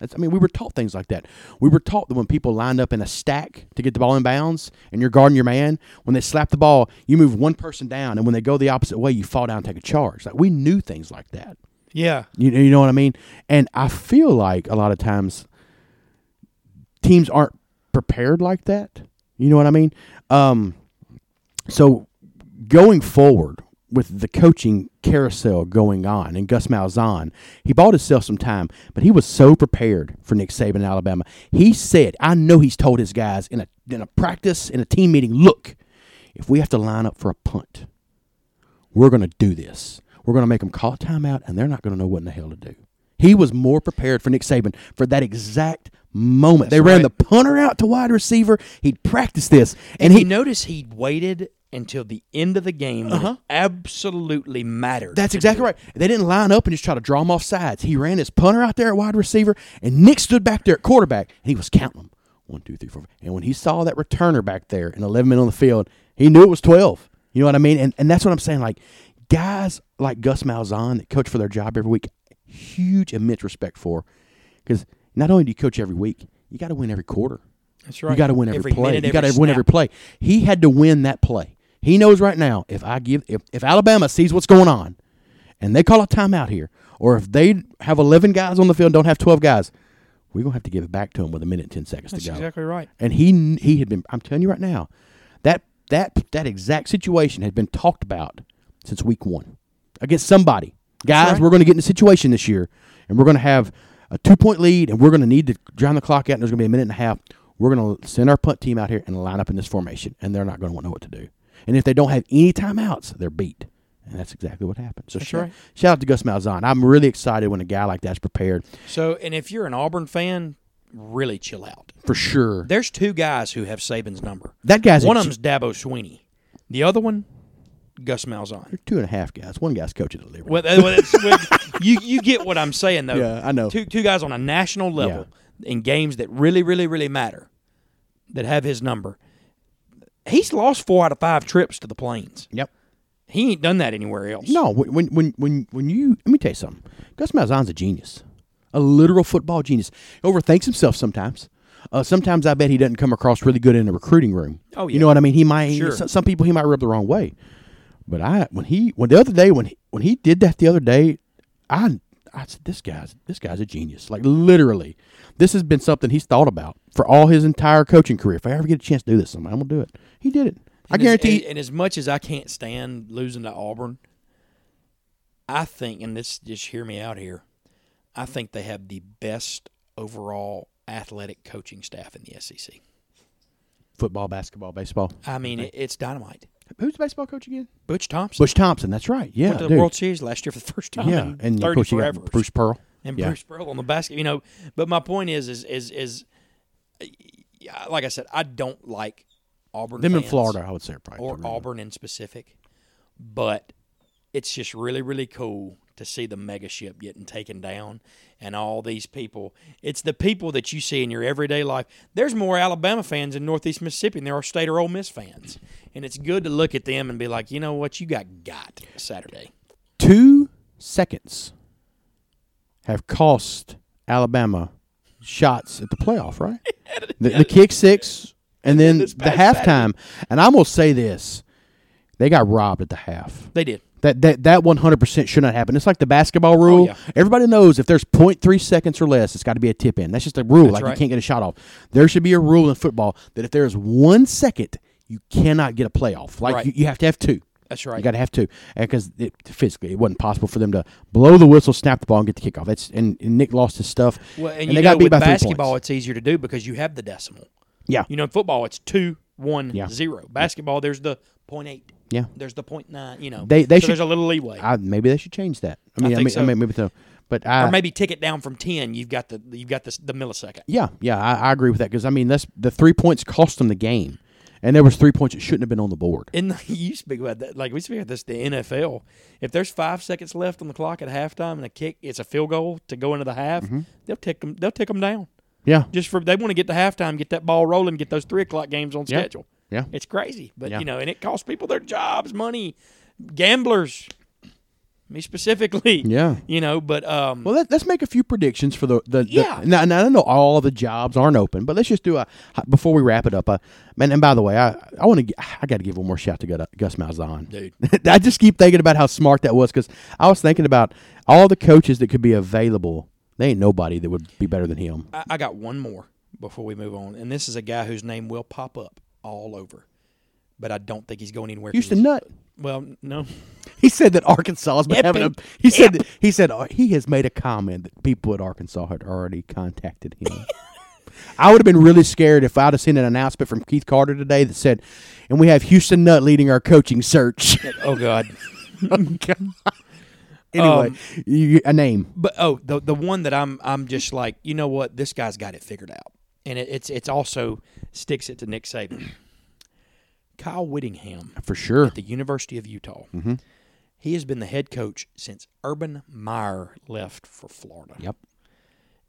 B: That's, I mean, we were taught things like that. We were taught that when people lined up in a stack to get the ball in bounds and you're guarding your man, when they slap the ball, you move one person down. And when they go the opposite way, you fall down and take a charge. Like, we knew things like that.
A: Yeah.
B: You, you know what I mean? And I feel like a lot of times teams aren't prepared like that. You know what I mean? Um, so going forward with the coaching carousel going on and Gus Malzahn, he bought himself some time, but he was so prepared for Nick Saban in Alabama. He said, I know he's told his guys in a, in a practice, in a team meeting, look, if we have to line up for a punt, we're going to do this. We're going to make them call a timeout, and they're not going to know what in the hell to do. He was more prepared for Nick Saban for that exact moment. they
A: right.
B: ran the punter out to wide receiver. He'd practiced this, and
A: He
B: he.
A: noticed he waited until the end of the game when it absolutely mattered.
B: That's exactly right. They didn't line up and just try to draw him off sides. He ran his punter out there at wide receiver, and Nick stood back there at quarterback, and he was counting them. One, two, three, four. five. And when he saw that returner back there and 11 men on the field, he knew it was 12. You know what I mean? And, and that's what I'm saying. Like, guys like Gus Malzahn that coach for their job every week, huge, immense respect for. Because not only do you coach every week, you got to win every quarter.
A: That's right.
B: You got to win every, play.
A: minute,
B: you got
A: every
B: to win
A: snap.
B: every play. He had to win that play. He knows right now if I give if, if Alabama sees what's going on and they call a timeout here, or if they have eleven guys on the field and don't have twelve guys, we're gonna have to give it back to him with a minute and ten seconds
A: That's
B: to go.
A: exactly right.
B: And he kn- he had been. I'm telling you right now, that that that exact situation had been talked about since week one against somebody. Guys,
A: right.
B: we're going to get in a situation this year, and we're going to have a two point lead, and we're going to need to drown the clock out. And there's going to be a minute and a half. We're going to send our punt team out here and line up in this formation, and they're not going to know what to do. And if they don't have any timeouts, they're beat. And that's exactly what happened. So shout,
A: right.
B: shout out to Gus Malzahn. I'm really excited when a guy like that's prepared
A: So, and if you're an Auburn fan, really chill out.
B: for sure.
A: There's two guys who have Saban's number.
B: That guy's
A: One
B: ex-
A: of them's Dabo Sweeney. The other one, Gus Malzahn.
B: two and a half guys. One guy's coaching at Liberty.
A: Well, that- well, that's- well, you you get what I'm saying though.
B: Yeah, I know.
A: Two two guys on a national level in games that really, really, really matter, that have his number. He's lost four out of five trips to the plains.
B: Yep.
A: He ain't done that anywhere else.
B: No, when when when when, when you let me tell you something. Gus Malzahn's a genius, a literal football genius. Overthinks himself sometimes. Uh, sometimes I bet he doesn't come across really good in a recruiting room.
A: Oh,
B: you
A: yeah.
B: know what I mean. He might
A: Sure.
B: some, some people he might rub the wrong way, but I when he when the other day when he, when he did that the other day, I I said this guy's this guy's a genius. Like literally, this has been something he's thought about for all his entire coaching career. If I ever get a chance to do this, someday, I'm gonna do it. He did it. I
A: And as-
B: guarantee.
A: And, and as much as I can't stand losing to Auburn, I think, and this just hear me out here, I think they have the best overall athletic coaching staff in the SEC.
B: football, basketball, baseball.
A: I mean, it, it's dynamite.
B: Who's the baseball coach again?
A: Butch Thompson
B: Bush Thompson. That's right. Yeah,
A: went to the
B: dude.
A: World Series last year for the first time.
B: yeah,
A: in
B: and
A: 30
B: of course you
A: forever.
B: got Bruce Pearl.
A: and
B: yeah.
A: Bruce Pearl on the basket. You know, but my point is, is, is, is, yeah, like I said, I don't like Auburn.
B: Them in
A: fans.
B: Florida, I would say are probably.
A: or
B: the real-
A: Auburn in specific, but it's just really, really cool to see the mega ship getting taken down and all these people. It's the people that you see in your everyday life. There's more Alabama fans in Northeast Mississippi than there are State or Ole Miss fans. And it's good to look at them and be like, you know what, you got got Saturday.
B: Two seconds have cost Alabama shots at the playoff, right? the, the kick six, and then the
A: this past
B: halftime. And I'm gonna say this: they got robbed at the half.
A: They did.
B: That that that one hundred percent should not happen. It's like the basketball rule.
A: Oh, yeah.
B: Everybody knows if there's 0.3 seconds or less, it's got to be a tip in. That's just a rule. like
A: right.
B: you can't get a shot off. There should be a rule in football that if there is one second, you cannot get a playoff. Like
A: Right.
B: you, you have to have two.
A: That's right.
B: You got to have two because it, physically it wasn't possible for them to blow the whistle, snap the ball, and get the kickoff. That's and, and Nick lost his stuff.
A: Well, and,
B: they
A: you
B: got
A: know,
B: beat
A: with
B: by three
A: basketball,
B: points.
A: it's easier to do because you have the decimal.
B: Yeah,
A: You know, in football, it's two, one, zero.
B: Yeah.
A: Basketball, there's the point eight.
B: yeah.
A: There's the point nine. You know,
B: They- they
A: so
B: should-
A: there's a little leeway.
B: I, maybe they should change that. I mean, I,
A: think
B: mean, I
A: so.
B: mean maybe so. But I,
A: or maybe tick it down from ten. You've got the you've got the, the millisecond.
B: Yeah, yeah, I, I agree with that because I mean that's the three points cost them the game, and there was three points that shouldn't have been on the board.
A: And you speak about that. Like we speak about this, the NFL. If there's five seconds left on the clock at halftime and a kick, it's a field goal to go into the half.
B: Mm-hmm.
A: They'll tick them. They'll tick them down.
B: Yeah,
A: Just for they want to get to halftime, get that ball rolling, get those three o'clock games on
B: Yeah.
A: schedule.
B: yeah.
A: It's crazy, but
B: Yeah.
A: you know, and it costs people their jobs, money, gamblers, me specifically.
B: Yeah.
A: you know, but um,
B: Well, let, let's make a few predictions for the the. the-
A: Yeah.
B: now, now I know all the jobs aren't open, but let's just do a before we wrap it up. Uh, man, and by the way, I I want to I got to give one more shout to Gus- Gus Malzahn.
A: dude,
B: I just keep thinking about how smart that was because I was thinking about all the coaches that could be available. There ain't nobody that would be better than him.
A: I, I got one more before we move on, and this is a guy whose name will pop up all over, but I don't think he's going anywhere. 'cause
B: Houston
A: he's-
B: Nutt.
A: Well, no,
B: He said that Arkansas has been having a.
A: Epi-
B: He said that, he said uh, he has made a comment that people at Arkansas had already contacted him. I would have been really scared if I'd have seen an announcement from Keith Carter today that said, "And we have Houston Nutt leading our coaching search."
A: oh god.
B: anyway,
A: Um,
B: you, a name.
A: But oh, the the one that I'm I'm just like, you know what, this guy's got it figured out, and it, it's it's also sticks it to Nick Saban, Kyle Whittingham.
B: For sure.
A: the University of Utah.
B: Mm-hmm.
A: He has been the head coach since Urban Meyer left for Florida.
B: Yep.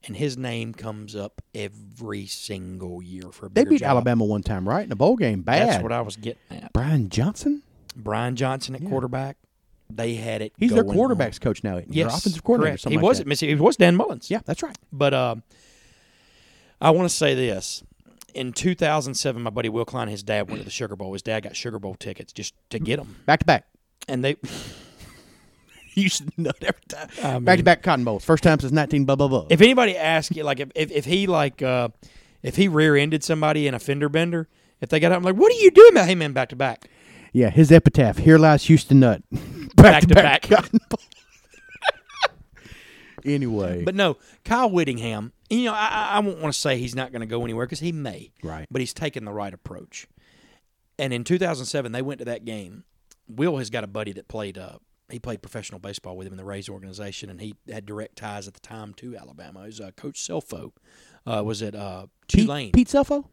A: And his name comes up every single year for a
B: They
A: bigger
B: beat
A: job.
B: Alabama one time, right? In a bowl game. Bad.
A: That's what I was getting at.
B: Brian Johnson?
A: Brian Johnson at quarterback. They had it.
B: He's their
A: going
B: quarterback's coach now. isn't he?
A: On.
B: Their offensive coordinator.
A: correct.
B: Or something
A: he
B: like
A: was
B: that.
A: at Mississippi. He was Dan Mullins.
B: Yeah, that's right.
A: But uh, I want to say this. In 2007, my buddy Will Klein, and his dad went to the Sugar Bowl. His dad got Sugar Bowl tickets just to
B: Mm.
A: get them,
B: Back to back.
A: and they
B: You should know every time. back to back Cotton Bowls. First time since 19 blah, blah, blah.
A: if anybody asks you like if, if, if he like uh if he rear-ended somebody in a fender bender if they got out i'm like what are you doing man? hey man back to back
B: yeah, his epitaph. Here lies Houston Nut.
A: Back to back.
B: Cotton Bowl. anyway.
A: but no kyle whittingham you know i, I- I won't want to say he's not going to go anywhere because he may
B: Right.
A: but he's taking the right approach and in 2007 they went to that game will has got a buddy that played uh he played professional baseball with him in the Rays organization, and he had direct ties at the time to Alabama. He was uh, Coach Selfo, uh, was at uh,
B: Pete,
A: Tulane.
B: Pete Selfo?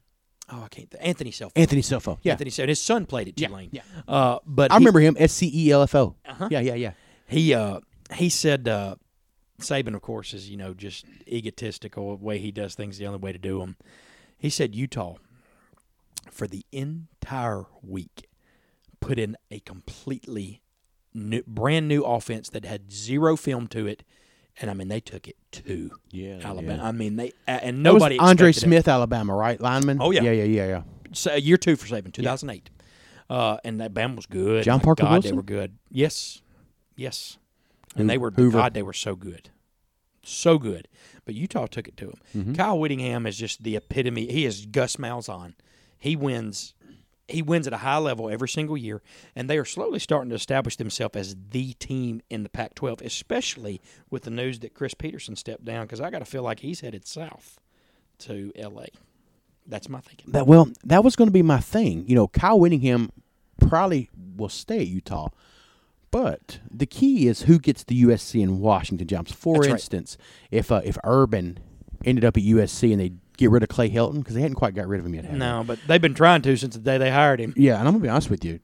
A: Oh, I can't. Th- Anthony Selfo.
B: Anthony Selfo. Yeah.
A: Anthony Selfo. And his son played at
B: Yeah,
A: Tulane.
B: yeah.
A: Uh, but
B: I
A: he-
B: remember him. S C E L F O.
A: Uh-huh.
B: Yeah, yeah, yeah.
A: he uh, he said uh, Saban, of course, is you know just egotistical the way he does things. The only way to do them. He said Utah for the entire week put in a completely new, brand new offense that had zero film to it, and I mean they took it to
B: Yeah,
A: Alabama. I mean they and
B: That was
A: nobody
B: Andre
A: expected it.
B: Smith, Alabama, right? Lineman?
A: Oh, yeah.
B: Yeah, yeah, yeah, yeah.
A: So, year two for Saban, 2008. Uh, and that band was good.
B: John
A: My
B: Parker
A: God, they
B: Wilson?
A: were good. Yes. Yes. And
B: Hoo-
A: they were,
B: Hoover.
A: God, they were so good. So good. But Utah took it to him.
B: Mm-hmm.
A: Kyle Whittingham is just the epitome. He is Gus Malzahn. He wins. He wins at a high level every single year, and they are slowly starting to establish themselves as the team in the Pac-12, especially with the news that Chris Peterson stepped down. Because I got to feel like he's headed south to LA. That's my thinking.
B: That well, that was going to be my thing. You know, Kyle Winningham probably will stay at Utah, but the key is who gets the USC and Washington jobs. For
A: That's right.
B: instance, if uh, if Urban ended up at USC and they get rid of Clay Helton because they hadn't quite got rid of him yet. had they?
A: No, but they've been trying to since the day they hired him.
B: Yeah, and I'm gonna be honest with you,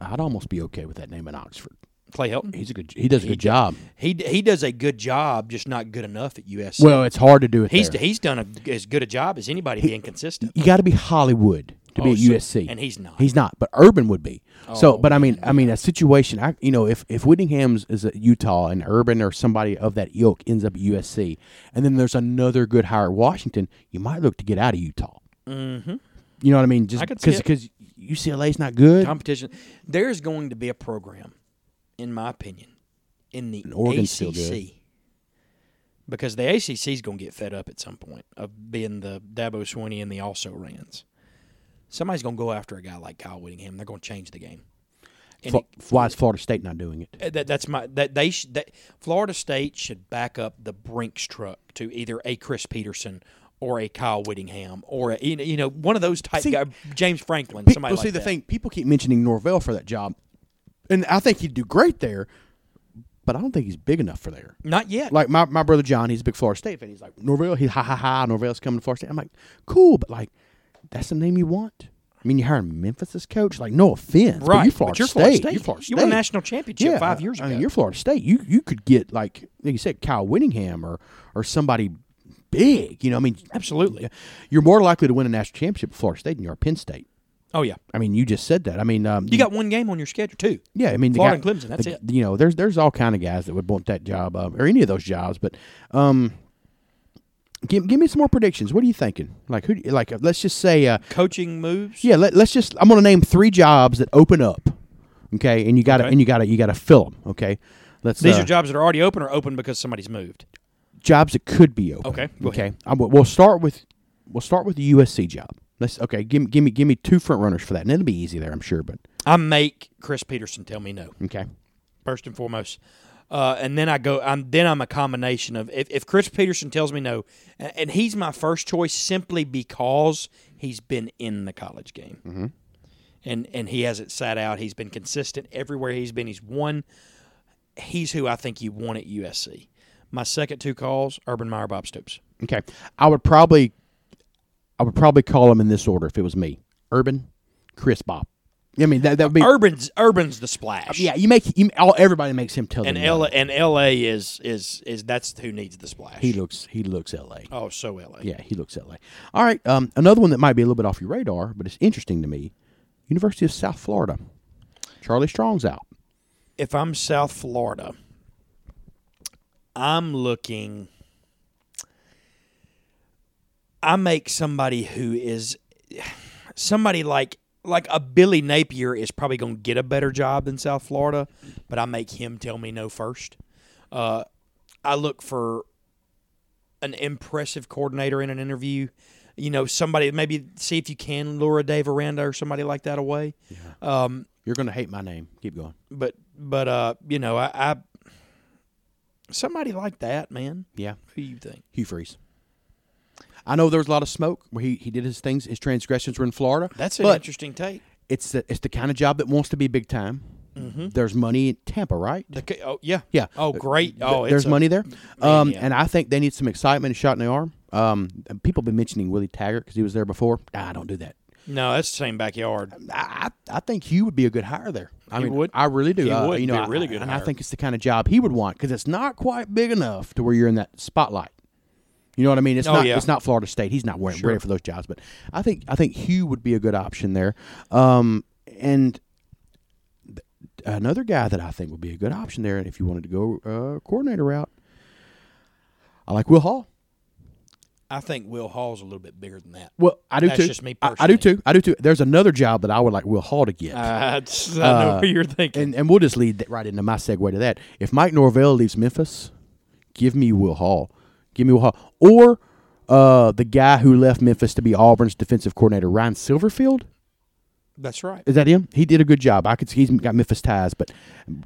B: I'd almost be okay with that name in Oxford.
A: Clay Helton.
B: He's a good. He does a good job.
A: He he does a good job, just not good enough at USC.
B: Well, it's hard to do it.
A: he's
B: there.
A: he's done a, as good a job as anybody being consistent.
B: you got to be Hollywood to be
A: Oh,
B: at
A: so-
B: USC,
A: and he's not.
B: He's not, but Urban would be. so, but I mean, I mean, a situation. I you know, if if Whittingham's is at Utah and Urban or somebody of that ilk ends up at USC, and then there's another good hire at Washington, you might look to get out of Utah. Mm-hmm. You know what I mean? Just
A: I could see
B: because
A: it.
B: because UCLA's not good.
A: Competition. There's going to be a program, in my opinion, in the
B: Oregon's still
A: ACC. Because the ACC is going to get fed up at some point of being the Dabo Swinney and the also rans. Somebody's going to go after a guy like Kyle Whittingham. They're going to change the game. And
B: Fl-
A: it-
B: why is Florida State not doing it?
A: Uh, that that's my that they sh- that Florida State should back up the Brinks truck to either a Chris Peterson or a Kyle Whittingham or a, you know- you know one of those type
B: See-
A: guy, James Franklin
B: People
A: somebody like
B: see the
A: that.
B: thing. People keep mentioning Norvell for that job, and I think he'd do great there, but I don't think he's big enough for there.
A: not yet
B: like my, my brother John, he's a big Florida State fan. He's like Norvell, he ha ha ha. Norvell's coming to Florida State. I'm like, cool, but like, that's the name you want. I mean, you're hiring Memphis as coach. Like, no offense, but
A: right.
B: you're Florida,
A: but you're
B: State.
A: Florida State.
B: You're Florida
A: You won a
B: State.
A: national championship
B: Yeah,
A: five years ago.
B: I mean, you're Florida State. You you could get like like you said, Kyle Winningham or or somebody big. You know, I mean,
A: Absolutely.
B: you're more likely to win a national championship at Florida State than you are Penn State.
A: Oh yeah.
B: I mean, you just said that. I mean, um,
A: You got one game on your schedule too.
B: yeah. I mean, the
A: Florida
B: guy-
A: and Clemson, that's
B: the-
A: it.
B: You know, there's there's all kind of guys that would want that job um, or any of those jobs. But um, give give me some more predictions. What are you thinking? Like who? do you- Like uh, let's just say, uh,
A: Coaching moves.
B: yeah. Let, let's just. I'm going to name three jobs that open up. Okay, and you got to
A: Okay.
B: and you got to you got to fill them. Okay, let's.
A: These
B: uh,
A: are jobs that are already open or open because somebody's moved.
B: jobs that could be open.
A: Okay, go
B: Okay. I, will- we'll start with we'll start with the USC job. Let's okay. Give me give me give me two front runners for that, and it'll be easy there, I'm sure. But
A: I make Chris Peterson tell me no
B: okay.
A: first and foremost, uh, and then I go. I'm then I'm a combination of if, if Chris Peterson tells me no, and, and he's my first choice simply because he's been in the college game, and and he hasn't sat out. He's been consistent everywhere he's been. He's won. He's who I think you want at USC. My second two calls: Urban Meyer, Bob Stoops.
B: Okay. I would probably I would probably call them in this order if it was me. Urban, Chris Bob. I mean that that would be
A: Urban's Urban's the splash.
B: yeah. You make you, all everybody makes him tell
A: and
B: them no.
A: L and LA is is is that's who needs the splash.
B: He looks he looks LA.
A: oh, so LA.
B: Yeah, he looks LA. All right. Um, another one that might be a little bit off your radar, but it's interesting to me. University of South Florida. Charlie Strong's out.
A: if I'm South Florida, I'm looking. I make somebody who is somebody like like a Billy Napier is probably going to get a better job than South Florida, but I make him tell me no first. Uh, I look for an impressive coordinator in an interview. You know, somebody maybe see if you can lure a Dave Aranda or somebody like that away. Um,
B: You're gonna hate my name. Keep going.
A: but but uh, you know, I, I somebody like that, man.
B: Yeah.
A: Who you think?
B: Hugh Freeze. I know there was a lot of smoke where he, he did his things. His transgressions were in Florida.
A: That's an
B: but
A: interesting take.
B: it's the, it's the kind of job that wants to be big time.
A: Mm-hmm.
B: There's money in Tampa, right?
A: The, ca- oh yeah,
B: Yeah.
A: Oh great.
B: Th-
A: Oh, it's
B: there's
A: a-
B: money there, um,
A: yeah.
B: and I think they need some excitement and shot in the arm. Um, and people have been mentioning Willie Taggart because he was there before. Nah, I don't do that.
A: No, that's the same backyard.
B: I, I I think Hugh would be a good hire there. I
A: He
B: mean,
A: would.
B: I really do.
A: He
B: Uh,
A: would
B: you know,
A: be a
B: I-
A: really good
B: and I
A: hire.
B: think it's the kind of job he would want because it's not quite big enough to where you're in that spotlight. You know what I mean? It's
A: Oh,
B: not.
A: yeah.
B: It's not Florida State. He's not wearing ready for those jobs. But I think I think Hugh would be a good option there. Um, and th- another guy that I think would be a good option there, if you wanted to go uh, coordinator route, I like Will Hall.
A: I think Will Hall's a little bit bigger than that.
B: Well, I do
A: That's
B: too.
A: just me
B: I, I do
A: personally.
B: too. I do too. There's another job that I would like Will Hall to get.
A: Uh, I know
B: Uh,
A: what you're thinking.
B: and and we'll just lead that right into my segue to that. If Mike Norvell leaves Memphis, give me Will Hall, give me Will Hall, or uh, the guy who left Memphis to be Auburn's defensive coordinator, Ryan Silverfield.
A: That's right.
B: Is that him? He did a good job. I could see he's got Memphis ties, but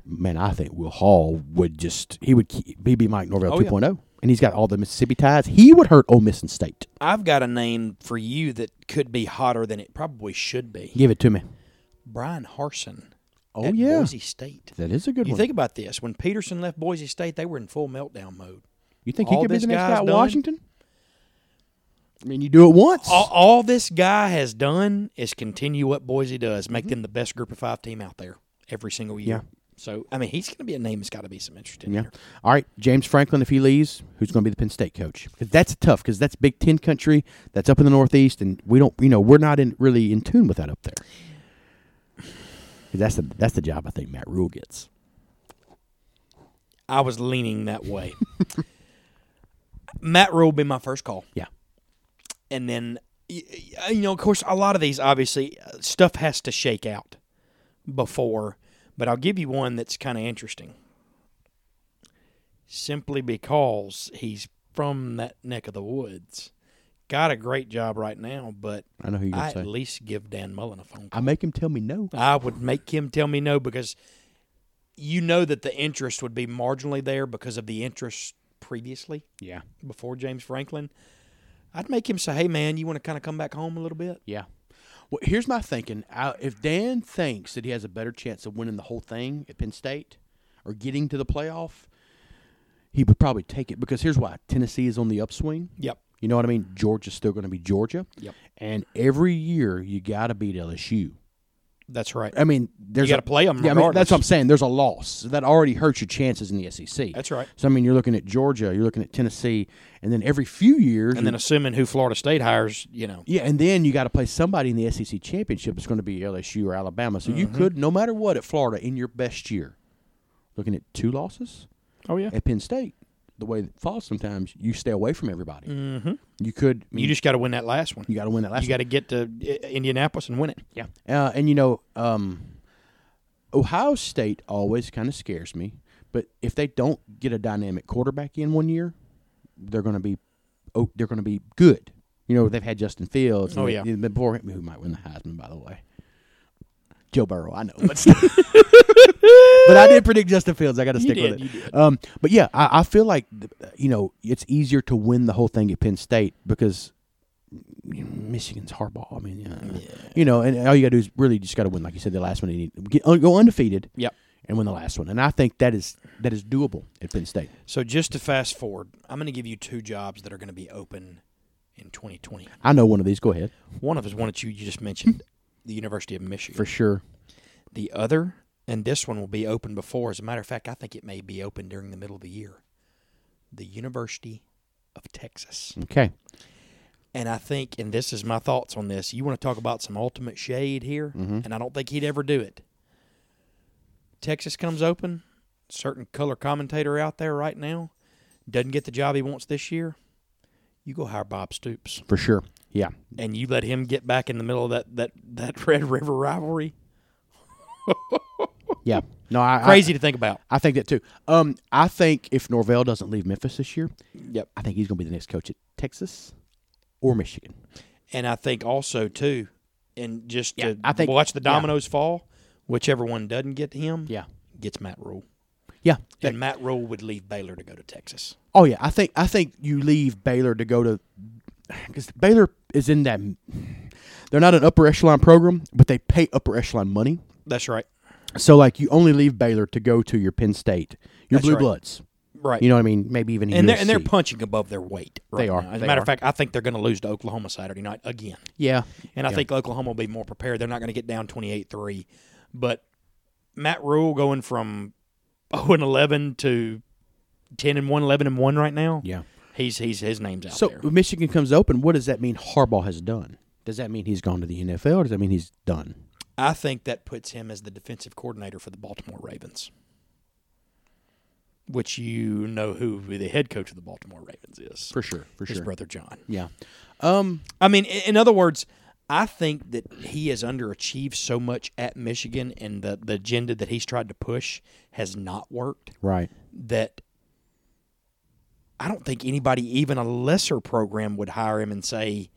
B: man, I think Will Hall would just he would keep, he'd be Mike Norvell
A: Oh,
B: 2.0,
A: yeah.
B: and he's got all the Mississippi ties. He would hurt Ole Miss and State.
A: I've got a name for you that could be hotter than it probably should be.
B: Give it to me.
A: Brian Harson.
B: Oh,
A: at
B: yeah.
A: Boise State.
B: That is a good
A: You
B: one.
A: think about this. When Peterson left Boise State, they were in full meltdown mode.
B: you think he
A: all
B: could be
A: this
B: the next guy
A: guy's
B: at
A: done-
B: Washington? I mean, you do it once.
A: all, all this guy has done is continue what Boise does, make them the best group of five team out there every single year.
B: Mm-hmm. Yeah.
A: So I mean, he's going to be a name that's got to be some interest in
B: Yeah.
A: here.
B: All right, James Franklin. If he leaves, who's going to be the Penn State coach? 'Cause that's tough. Because that's Big Ten country. That's up in the Northeast, and we don't. You know, we're not in really in tune with that up there. 'Cause that's the that's the job I think Matt Rule gets.
A: I was leaning that way. Matt Rule will be my first call,
B: Yeah.
A: and then y- y- you know, of course, a lot of these obviously uh, stuff has to shake out before. But I'll give you one that's kind of interesting, simply because he's from that neck of the woods. Got a great job right now, but
B: I know who you're
A: I
B: going
A: at
B: to say.
A: least give Dan Mullen a phone
B: I
A: call.
B: make him tell me no.
A: I would make him tell me no because you know that the interest would be marginally there because of the interest previously
B: Yeah.
A: before James Franklin. I'd make him say, "Hey, man, you want to kind of come back home a little bit?"
B: Yeah. Well, here's my thinking. I, if Dan thinks that he has a better chance of winning the whole thing at Penn State or getting to the playoff, he would probably take it because here's why Tennessee is on the upswing.
A: Yep.
B: You know what I mean? Georgia's still going to be Georgia.
A: Yep.
B: And every year you got to beat LSU.
A: That's right.
B: I mean, there's
A: You
B: a-
A: gotta play 'em
B: Yeah, I mean, that's
A: regardless.
B: what I'm saying. There's a loss So that already hurts your chances in the SEC.
A: That's right.
B: So I mean, you're looking at Georgia, you're looking at Tennessee, and then every few years,
A: And then assuming who Florida State hires, you know,
B: yeah, and then you got to play somebody in the SEC championship. It's going to be LSU or Alabama. So you
A: Mm-hmm.
B: could, no matter what, at Florida in your best year, looking at two losses
A: oh yeah,
B: at Penn State. The way that falls sometimes, you stay away from everybody. Mm-hmm. You could. I mean,
A: you just got to win that last one.
B: you got to win that last.
A: You got to get to I- Indianapolis and win it.
B: Yeah. Uh, and you know, um, Ohio State always kind of scares me, but if they don't get a dynamic quarterback in one year, they're going to be oh, they're going to be good. You know, they've had Justin Fields. and
A: Oh,
B: they-
A: yeah.
B: they've been boring- who might win the Heisman, by the way. Joe Burrow, I know, but but I did predict Justin Fields. I got to stick
A: did,
B: with
A: you
B: it. Um, but yeah, I, I feel like th- you know it's easier to win the whole thing at Penn State because you know, Michigan's hardball. I mean, uh, you know, and all you got to do is really just got to win, like you said, the last one. You need get, un- go undefeated.
A: Yep.
B: And win the last one, and I think that is that is doable at Penn State.
A: So just to fast forward, I'm going to give you two jobs that are going to be open in 2020.
B: I know one of these. Go ahead
A: One of them is one that you, you just mentioned, the University of Michigan.
B: for sure.
A: The other, and this one will be open before. As a matter of fact, I think it may be open during the middle of the year. The University of Texas.
B: Okay.
A: And I think, and this is my thoughts on this. You want to talk about some ultimate shade here, and I don't think he'd ever do it. Texas comes open, certain color commentator out there right now doesn't get the job he wants this year. You go hire Bob Stoops,
B: For sure. Yeah.
A: and you let him get back in the middle of that that that Red River rivalry.
B: Yeah. No, I I-
A: Crazy to think about.
B: I, think that too. Um, I think if Norvell doesn't leave Memphis this year,
A: Yep.
B: I think he's going to be the next coach at Texas or Michigan.
A: And I think also too, and just
B: Yeah,
A: to
B: I think-
A: watch the
B: yeah.
A: dominoes fall. Whichever one doesn't get him,
B: Yeah.
A: gets Matt Rule.
B: Yeah.
A: And Matt Rule would leave Baylor to go to Texas.
B: Oh yeah, I think I think you leave Baylor to go to because Baylor is in that they're not an upper echelon program, but they pay upper echelon money.
A: That's right.
B: So like you only leave Baylor to go to your Penn State, your
A: That's
B: Blue
A: right.
B: Bloods.
A: Right.
B: You know what I mean? Maybe even
A: and they're and they're
B: USC.
A: punching above their weight. Right
B: They are.
A: now. As
B: They
A: a matter
B: are.
A: of fact, I think they're going to lose to Oklahoma Saturday night again.
B: yeah
A: And I think Oklahoma will be more prepared. They're not going to get down 28-3. But Matt Rule going from 0 and 11 to 10 and 1, 11 and 1 right now.
B: yeah.
A: He's he's his name's out
B: So
A: there.
B: if Michigan comes open. What does that mean? Harbaugh has done. Does that mean he's gone to the NFL? Or does that mean he's done?
A: I think that puts him as the defensive coordinator for the Baltimore Ravens. Which you know who the head coach of the Baltimore Ravens is.
B: sure, for
A: his brother John.
B: Yeah. Um.
A: I mean, i- in other words, I think that he has underachieved so much at Michigan, and the, the agenda that he's tried to push has not worked.
B: Right.
A: That I don't think anybody, even a lesser program, would hire him and say,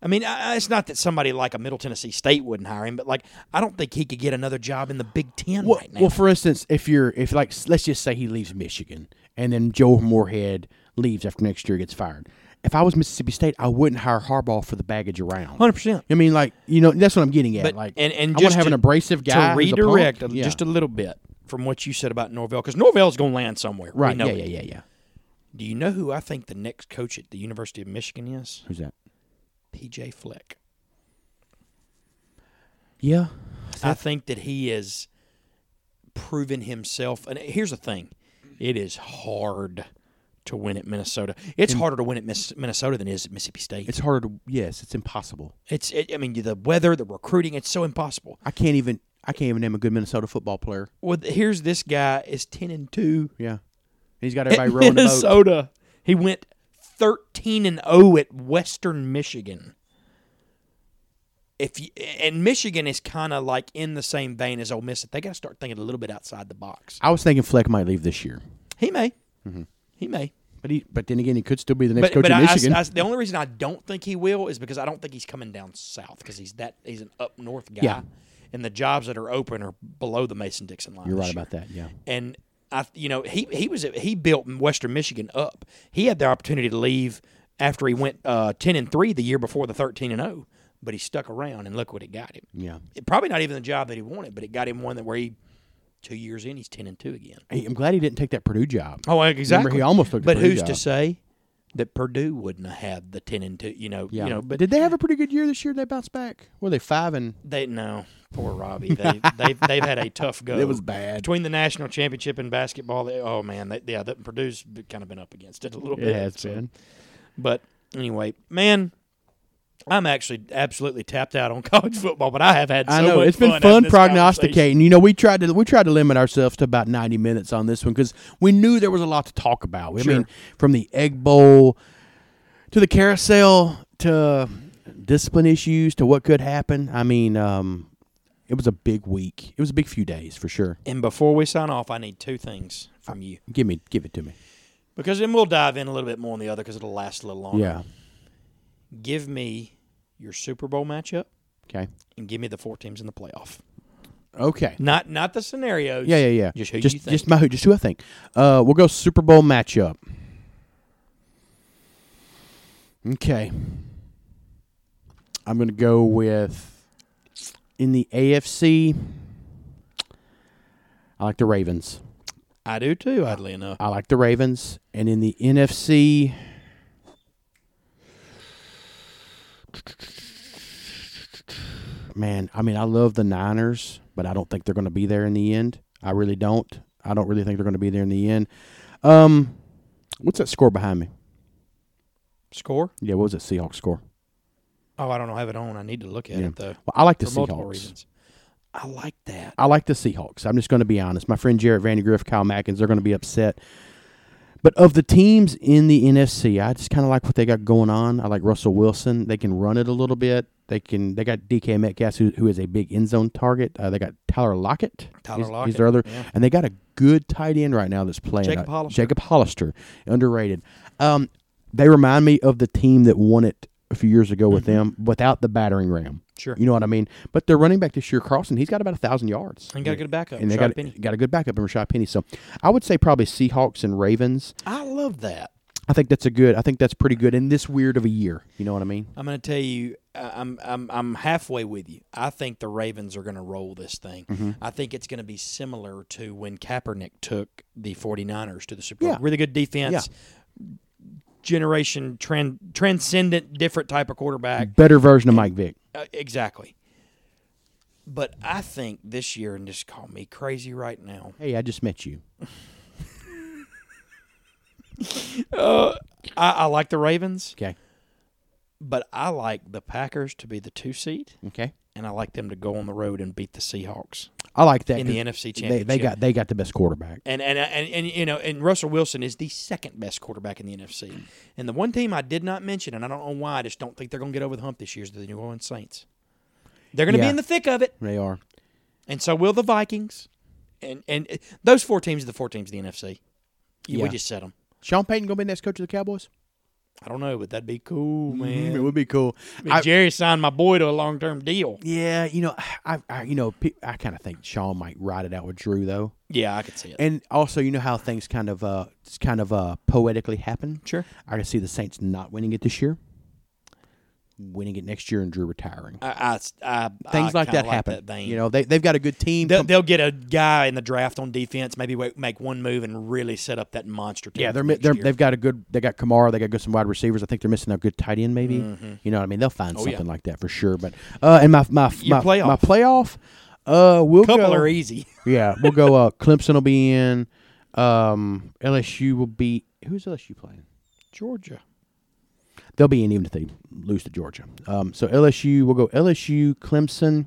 A: I mean, I, I- it's not that somebody like a Middle Tennessee State wouldn't hire him, but like, I don't think he could get another job in the Big Ten
B: Well,
A: right now.
B: well, for instance, if you're if like s- let's just say he leaves Michigan and then Joe Moorhead leaves after next year gets fired. If I was Mississippi State, I wouldn't hire Harbaugh for the baggage around.
A: 100%.
B: I mean, like you know, that's what I'm getting at.
A: But-
B: like,
A: and- and
B: I want to
A: just
B: have an
A: to-
B: abrasive guy
A: to
B: who's a punk.
A: redirect a-
B: Yeah.
A: just a little bit from what you said about Norvell, because Norvell's going to land somewhere. We
B: right.
A: know
B: Yeah,
A: it.
B: yeah, yeah, yeah.
A: Do you know who I think the next coach at the University of Michigan is?
B: Who's that?
A: PJ Fleck.
B: Yeah,
A: I think that he has proven himself. And here's the thing it is hard to win at Minnesota. It's harder to win at Miss- Minnesota than it is at Mississippi State. It's,
B: it's hard. To, yes, it's impossible.
A: it, I mean, the weather, the recruiting, it's so impossible.
B: I can't even. I can't even name a good Minnesota football player.
A: Well, th- here's this guy is 10 and 2
B: Yeah, And he's got
A: at
B: everybody rowing the boat.
A: Minnesota. He went 13 and 0 at Western Michigan. If you, and Michigan is kind of like in the same vein as Ole Miss. They got to start thinking a little bit outside the box.
B: I was thinking Fleck might leave this year,
A: He may. He may.
B: but he. But then again, he could still be the next
A: But,
B: coach
A: but
B: in
A: I- I-
B: Michigan.
A: I- the only reason I don't think he will is because I don't think he's coming down south because he's that he's an up north guy,
B: Yeah.
A: and the jobs that are open are below the Mason Dixon line.
B: You're
A: this
B: right
A: year.
B: about that. Yeah.
A: and I, you know, he he was he built Western Michigan up. He had the opportunity to leave after he went uh, ten and three the year before the thirteen and zero, but he stuck around and look what it got him.
B: Yeah.
A: It, probably not even the job that he wanted, but it got him one that where he two years in he's ten and two again.
B: Hey, I'm glad he didn't take that Purdue job.
A: Oh, exactly.
B: he almost took the
A: But
B: Purdue
A: who's to
B: job.
A: say that Purdue wouldn't have had the ten and two. You know,
B: Yeah.
A: you know, but
B: did they have a pretty good year this year? They bounced back. Were they five and?
A: they no poor Robbie. They they've they've had a tough go.
B: It was bad.
A: between the national championship and basketball. They, oh man, they, yeah, that Purdue's kind of been up against it a little bit. so- But anyway, man, I'm actually absolutely tapped out on college football, but I have had so
B: I know
A: much
B: it's been
A: having
B: fun
A: this
B: prognosticating. You know, we tried to we tried to limit ourselves to about ninety minutes on this one because we knew there was a lot to talk about. I mean, from the egg bowl to the carousel to discipline issues to what could happen. I mean, um, it was a big week. It was a big few days for sure.
A: And before we sign off, I need two things from you
B: Give me, give it to me.
A: because then we'll dive in a little bit more on the other because it'll last a little longer.
B: Yeah.
A: Give me your Super Bowl matchup
B: Okay.
A: and give me the four teams in the playoff.
B: Okay.
A: Not not the scenarios.
B: Yeah, yeah, yeah.
A: Just who
B: just,
A: you think.
B: just my who, just who I think. Uh, we'll go Super Bowl matchup. Okay, I'm gonna go with in the AFC. I like the Ravens.
A: I do too. Oddly enough,
B: I like the Ravens, and in the NFC. Man, I mean, I love the Niners, but I don't think they're going to be there in the end. I really don't. I don't really think they're going to be there in the end. Um, what's that score behind me?
A: score.
B: Yeah, what was that Seahawks score?
A: Oh, I don't know. I have it on. I need to look at
B: Yeah.
A: it though
B: Well, I like the
A: for multiple
B: Seahawks.
A: reasons. I like that.
B: I like the Seahawks. I'm just going to be honest. My friend Jarrett Vandegrift, Kyle Mackins, they're going to be upset. But of the teams in the NFC, I just kind of like what they got going on. I like Russell Wilson. They can run it a little bit. They can. They got DK Metcalf, who, who is a big end zone target. Uh, they got Tyler Lockett.
A: Tyler
B: he's,
A: Lockett,
B: He's their other,
A: yeah.
B: and they got a good tight end right now that's playing.
A: Jacob
B: Uh,
A: Hollister.
B: Jacob Hollister, underrated. Um, they remind me of the team that won it a few years ago with them without the battering ram.
A: Mm-hmm. Sure.
B: You know what I mean? But their running back this year, Carlson, he's got about a thousand yards
A: And got a good backup.
B: and they
A: Rashad
B: got
A: Penny.
B: got a good backup in Rashad Penny. So I would say probably Seahawks and Ravens.
A: I love that.
B: I think that's a good. I think that's pretty good in this weird of a year. You know what I mean?
A: I'm going to tell you, I- I'm I'm I'm halfway with you. I think the Ravens are going to roll this thing. I think it's going to be similar to when Kaepernick took the 49ers to the Super Bowl.
B: Yeah.
A: Really good defense. Generation trend, transcendent, different type of quarterback.
B: Better version of Mike Vick.
A: Uh, exactly. But I think this year, and just call me crazy right now.
B: Hey, I just met you.
A: I, I like the Ravens,
B: Okay.
A: but I like the Packers to be the two seed,
B: Okay.
A: and I like them to go on the road and beat the Seahawks.
B: I like that
A: In the
B: 'cause
A: NFC
B: They, they
A: Championship.
B: got they got the best quarterback.
A: and and uh, and and you know, and Russell Wilson is the second best quarterback in the NFC. And the one team I did not mention, and I don't know why, I just don't think they're going to get over the hump this year is the New Orleans Saints. They're going to
B: Yeah.
A: be in the thick of it,
B: They are.
A: and so will the Vikings. And and uh, those four teams are the four teams of the NFC. You-
B: Yeah.
A: We just said them.
B: Sean Payton gonna be next coach of the Cowboys.
A: I don't know, but that'd be cool,
B: Mm,
A: man.
B: it would be cool.
A: I mean, Jerry signed my boy to a long term deal.
B: yeah, you know, I, I you know, pe- I kind of think Sean might ride it out with Drew though.
A: Yeah, I could see it.
B: And also, you know how things kind of uh it's kind of uh poetically happen.
A: Sure.
B: I can see the Saints not winning it this year, winning it next year, and Drew retiring.
A: I, I, I
B: Things
A: I
B: like
A: kinda
B: that happen.
A: That vein.
B: you know, they they've got a good team.
A: They'll,
B: Come-
A: they'll get a guy in the draft on defense, maybe wa- make one move and really set up that monster team.
B: yeah, they're,
A: for
B: mi-
A: next
B: they're
A: year.
B: they've got a good. They got Kamara. They got good some wide receivers. I think they're missing a good tight end. Maybe you know what I mean. They'll find
A: Oh, yeah.
B: something like that for sure. But uh, and my my
A: Your
B: my
A: playoff.
B: my playoff. Uh, we'll
A: couple
B: go.
A: are easy.
B: Yeah, we'll go. Uh, Clemson will be in. Um, LSU will be. Who's LSU playing?
A: Georgia.
B: They'll be in even if they lose to Georgia. Um, so LSU, we'll go LSU, Clemson.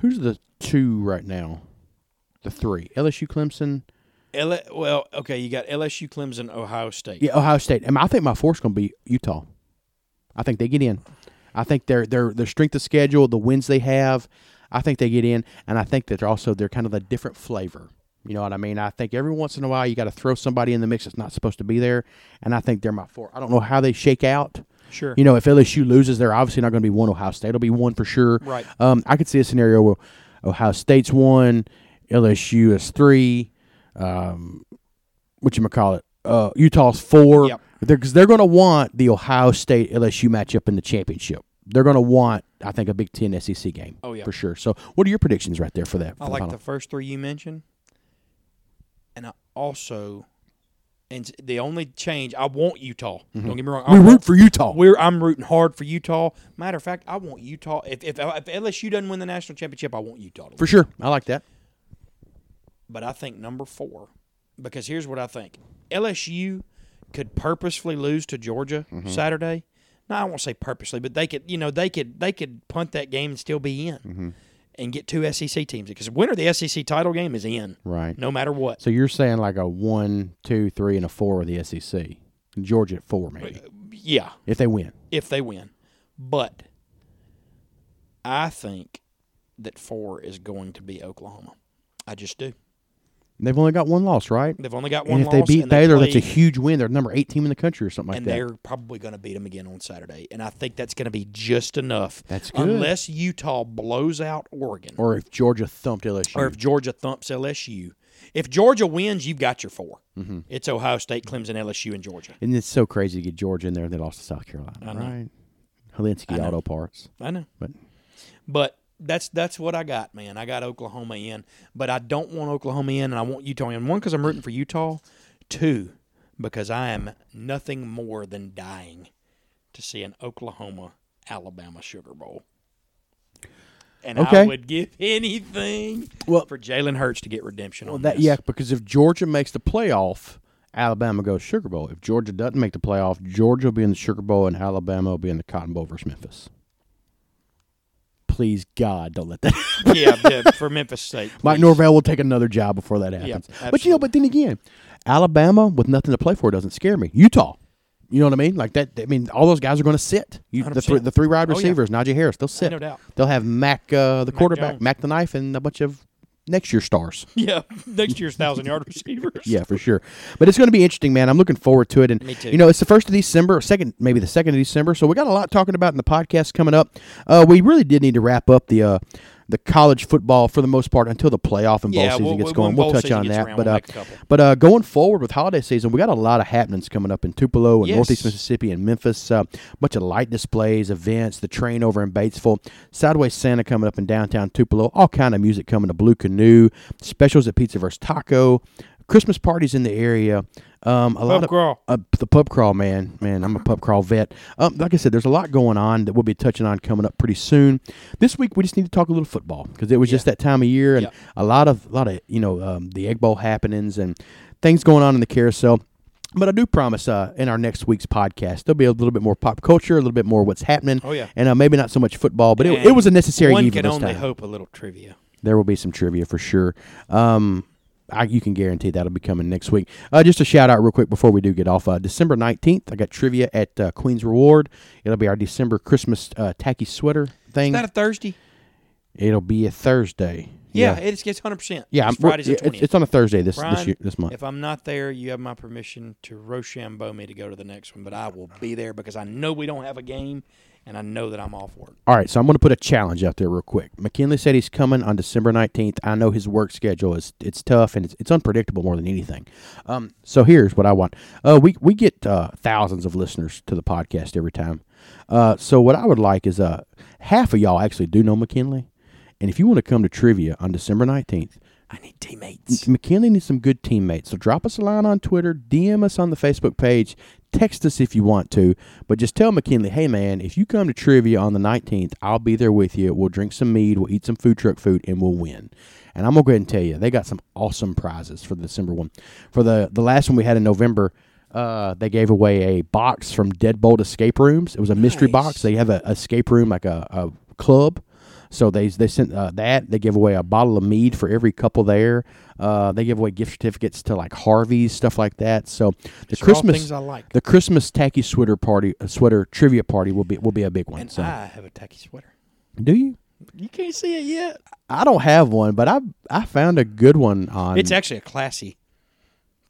B: Who's the two right now? The three. LSU, Clemson.
A: L- well, okay, you got LSU, Clemson, Ohio State.
B: Yeah, Ohio State. And I think my fourth's going to be Utah. I think they get in. I think their their their strength of schedule, the wins they have, I think they get in, and I think that they're also they're kind of a different flavor. You know what I mean? I think every once in a while you got to throw somebody in the mix that's not supposed to be there, and I think they're my four. I don't know how they shake out.
A: Sure.
B: You know, if LSU loses, they're obviously not going to be one. Ohio State will be one for sure.
A: Right.
B: Um, I could see a scenario where Ohio State's one, LSU is three, um, what you call it, uh, Utah's four.
A: Yep.
B: Because they're, going to want the Ohio State LSU matchup in the championship. They're going to want, I think, a Big Ten SEC game.
A: Oh, yeah.
B: for sure. So, what are your predictions right there for that? for
A: I like
B: final?
A: the first three you mentioned. And I also And the only change, I want Utah. Don't get me wrong. I
B: Mm-hmm. We
A: want-
B: root for Utah.
A: we're I'm rooting hard for Utah. Matter of fact, I want Utah. If if, if LSU doesn't win the national championship, I want Utah to win.
B: for sure. I like that.
A: But I think number four, because here's what I think: LSU could purposefully lose to Georgia
B: Mm-hmm.
A: Saturday. No, I won't say purposely, but they could. You know, they could they could punt that game and still be in.
B: Mm-hmm.
A: And get two SEC teams because the winner of the SEC title game is in,
B: Right.
A: no matter what.
B: So you're saying like a one, two, three, and a four of the SEC. Georgia at four, maybe
A: Yeah,
B: if they win.
A: if they win. But I think that four is going to be Oklahoma. I just do.
B: They've only got one loss, right?
A: They've only got one
B: And if they
A: loss.
B: beat
A: and
B: Baylor, that's a
A: play-
B: huge win. They're number eight team in the country or something like
A: and
B: that.
A: they're probably going to beat them again on Saturday. And I think that's going to be just enough.
B: That's good.
A: Unless Utah blows out Oregon or,
B: Or if Georgia thumped LSU.
A: if Georgia thumps LSU. If Georgia wins, you've got your 4
B: Mm-hmm.
A: It's Ohio State, Clemson, LSU, and Georgia.
B: and it's so crazy to get Georgia in there and they lost to South Carolina,
A: know.
B: right? Helinski Auto Parts.
A: I know.
B: But
A: But that's that's what I got, man. I got Oklahoma in, but I don't want Oklahoma in, and I want Utah in. One, because I'm rooting for Utah. Two, because I am nothing more than dying to see an Oklahoma Alabama Sugar Bowl. And I
B: Okay.
A: would give anything
B: Well-
A: for Jalen Hurts to get redemption on
B: that
A: this.
B: yeah, because if Georgia makes the playoff, Alabama goes Sugar Bowl. If Georgia doesn't make the playoff, Georgia will be in the Sugar Bowl and Alabama will be in the Cotton Bowl versus Memphis. Please God, don't let that
A: yeah, yeah, for Memphis State.
B: Mike
A: please.
B: Norvell will take another job before that happens. but you know,
A: absolutely.
B: but then again, Alabama with nothing to play for doesn't scare me. Utah, you know what I mean? Like that. I mean, all those guys are going to sit. You, the,
A: 100%.
B: three, the three wide
A: Oh, yeah.
B: receivers, Najee Harris, they'll sit.
A: no doubt.
B: They'll have Mac, uh, the quarterback,
A: Jones.
B: Mac the knife, and a bunch of next year stars.
A: Yeah, next year's thousand yard receivers.
B: Yeah, for sure. But it's going to be interesting, man. I'm looking forward to it. And
A: Me too.
B: you know, it's the first of December, or second, maybe the second of December. So we got a lot talking about in the podcast coming up. Uh, we really did need to wrap up the uh, the college football for the most part until the playoff and bowl
A: Yeah,
B: season
A: we'll-
B: gets
A: when
B: going.
A: bowl
B: We'll touch
A: season
B: on
A: gets
B: that.
A: around,
B: but
A: we'll
B: uh,
A: make a couple.
B: but uh, going forward with holiday season, we got a lot of happenings coming up in Tupelo and
A: Yes.
B: Northeast Mississippi and Memphis. A bunch of light displays, events, the train over in Batesville, Sideways Santa coming up in downtown Tupelo, all kind of music coming to Blue Canoe, specials at Pizza vs. Taco, Christmas parties in the area. Um, a lot of
A: crawl.
B: Uh, the pub crawl, man, man. I'm a pub crawl vet. Um, like I said, there's a lot going on that we'll be touching on coming up pretty soon. This week we just need to talk a little football because it was just that time of year and
A: Yeah.
B: a lot of lot of you know um, the egg bowl happenings and things going on in the carousel. But I do promise uh, in our next week's podcast there'll be a little bit more pop culture, a little bit more what's happening.
A: Oh, yeah.
B: and uh, maybe not so much football, but it, it was a necessary
A: One
B: evil
A: can
B: this
A: only
B: time.
A: hope a little trivia.
B: There will be some trivia for sure. Um, I, you can guarantee that'll be coming next week. Uh, just a shout out real quick before we do get off. Uh, December 19th, I got trivia at uh, Queen's Reward. It'll be our December Christmas uh, tacky sweater thing.
A: Is that a Thursday?
B: it'll be a Thursday.
A: Yeah,
B: Yeah.
A: it's it's hundred percent.
B: Yeah, I'm-
A: it's Fridays the
B: it's-
A: twentieth.
B: It's on a Thursday this this,
A: Brian,
B: year, this month.
A: If I'm not there, you have my permission to Rochambeau me to go to the next one, but I will be there because I know we don't have a game, and I know that I'm off work.
B: All right, so I'm going to put a challenge out there real quick. McKinley said he's coming on December 19th. I know his work schedule is it's tough and it's, it's unpredictable more than anything. Um, so here's what I want. Uh, we we get uh, thousands of listeners to the podcast every time. Uh, so what I would like is uh, half of y'all actually do know McKinley, and if you want to come to trivia on December 19th,
A: I need teammates.
B: McKinley needs some good teammates. So drop us a line on Twitter, DM us on the Facebook page, text us if you want to, but just tell McKinley, hey man, if you come to trivia on the 19th, I'll be there with you. We'll drink some mead, we'll eat some food truck food, and we'll win. And I'm gonna go ahead and tell you, they got some awesome prizes for the December one. For the the last one we had in November. Uh, they gave away a box from Deadbolt Escape Rooms. It was a mystery box. They have a, a escape room, like a, a club. So they they sent uh, that. They give away a bottle of mead for every couple there. Uh, they give away gift certificates to like Harvey's stuff like that. So
A: are
B: the
A: all
B: Christmas
A: things I like.
B: the Christmas tacky sweater party uh, sweater trivia party will be will be a big one.
A: And
B: so
A: I have a tacky sweater.
B: do you?
A: You can't see it yet.
B: I don't have one, but I I found a good one on
A: It's actually a classy.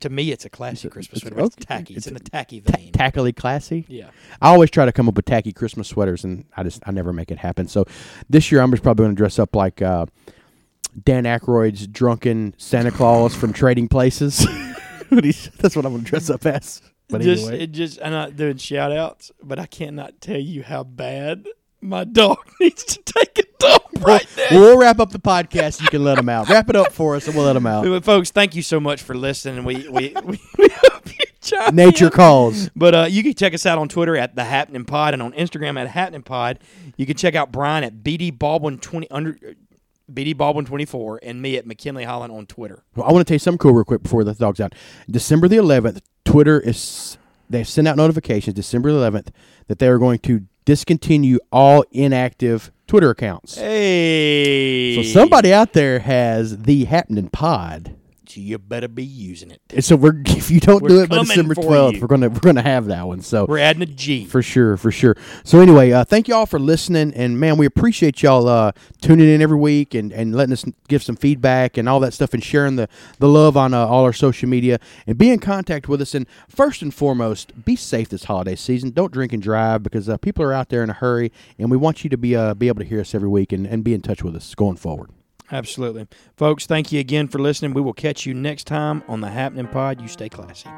A: To me, it's a classy Christmas
B: it's
A: sweater. but It's
B: okay.
A: tacky. It's,
B: It's
A: in the tacky vein.
B: tackily classy.
A: yeah.
B: I always try to come up with tacky Christmas sweaters, and I just I never make it happen. So this year I'm just probably going to dress up like uh, Dan Aykroyd's drunken Santa Claus from Trading Places. That's what I'm going to dress up as. But
A: just
B: anyway,
A: it just I'm not doing shout outs, but I cannot tell you how bad my dog needs to take a dump right now.
B: we'll wrap up the podcast. You can let them out. Wrap it up for us, and we'll let them out.
A: Well, folks, thank you so much for listening. We we, we, we hope you Chime
B: Nature
A: in.
B: calls.
A: But uh, you can check us out on Twitter at the Happening Pod and on Instagram at Happening Pod. You can check out Brian at BD Baldwin twenty under BD Baldwin twenty four and me at McKinley Holland on Twitter.
B: Well, I want to tell you something cool real quick before the dog's out. December the 11th, Twitter is they sent out notifications December the 11th that they are going to discontinue all inactive Twitter accounts.
A: Hey,
B: So somebody out there has the happening pod.
A: you better be using it.
B: And so we're if you don't do
A: We're
B: it by
A: coming
B: December
A: for
B: 12th,
A: you.
B: we're going to we're going to have that one. So
A: We're adding a G.
B: for sure, for sure. So anyway, uh, thank you all for listening, and man, we appreciate y'all uh, tuning in every week and, and letting us give some feedback and all that stuff, and sharing the the love on uh, all our social media, and be in contact with us. And first and foremost, be safe this holiday season. Don't drink and drive because uh, people are out there in a hurry, and we want you to be uh, be able to hear us every week and, and be in touch with us going forward.
A: Absolutely, folks. Thank you again for listening. We will catch you next time on the Happening Pod. You stay classy.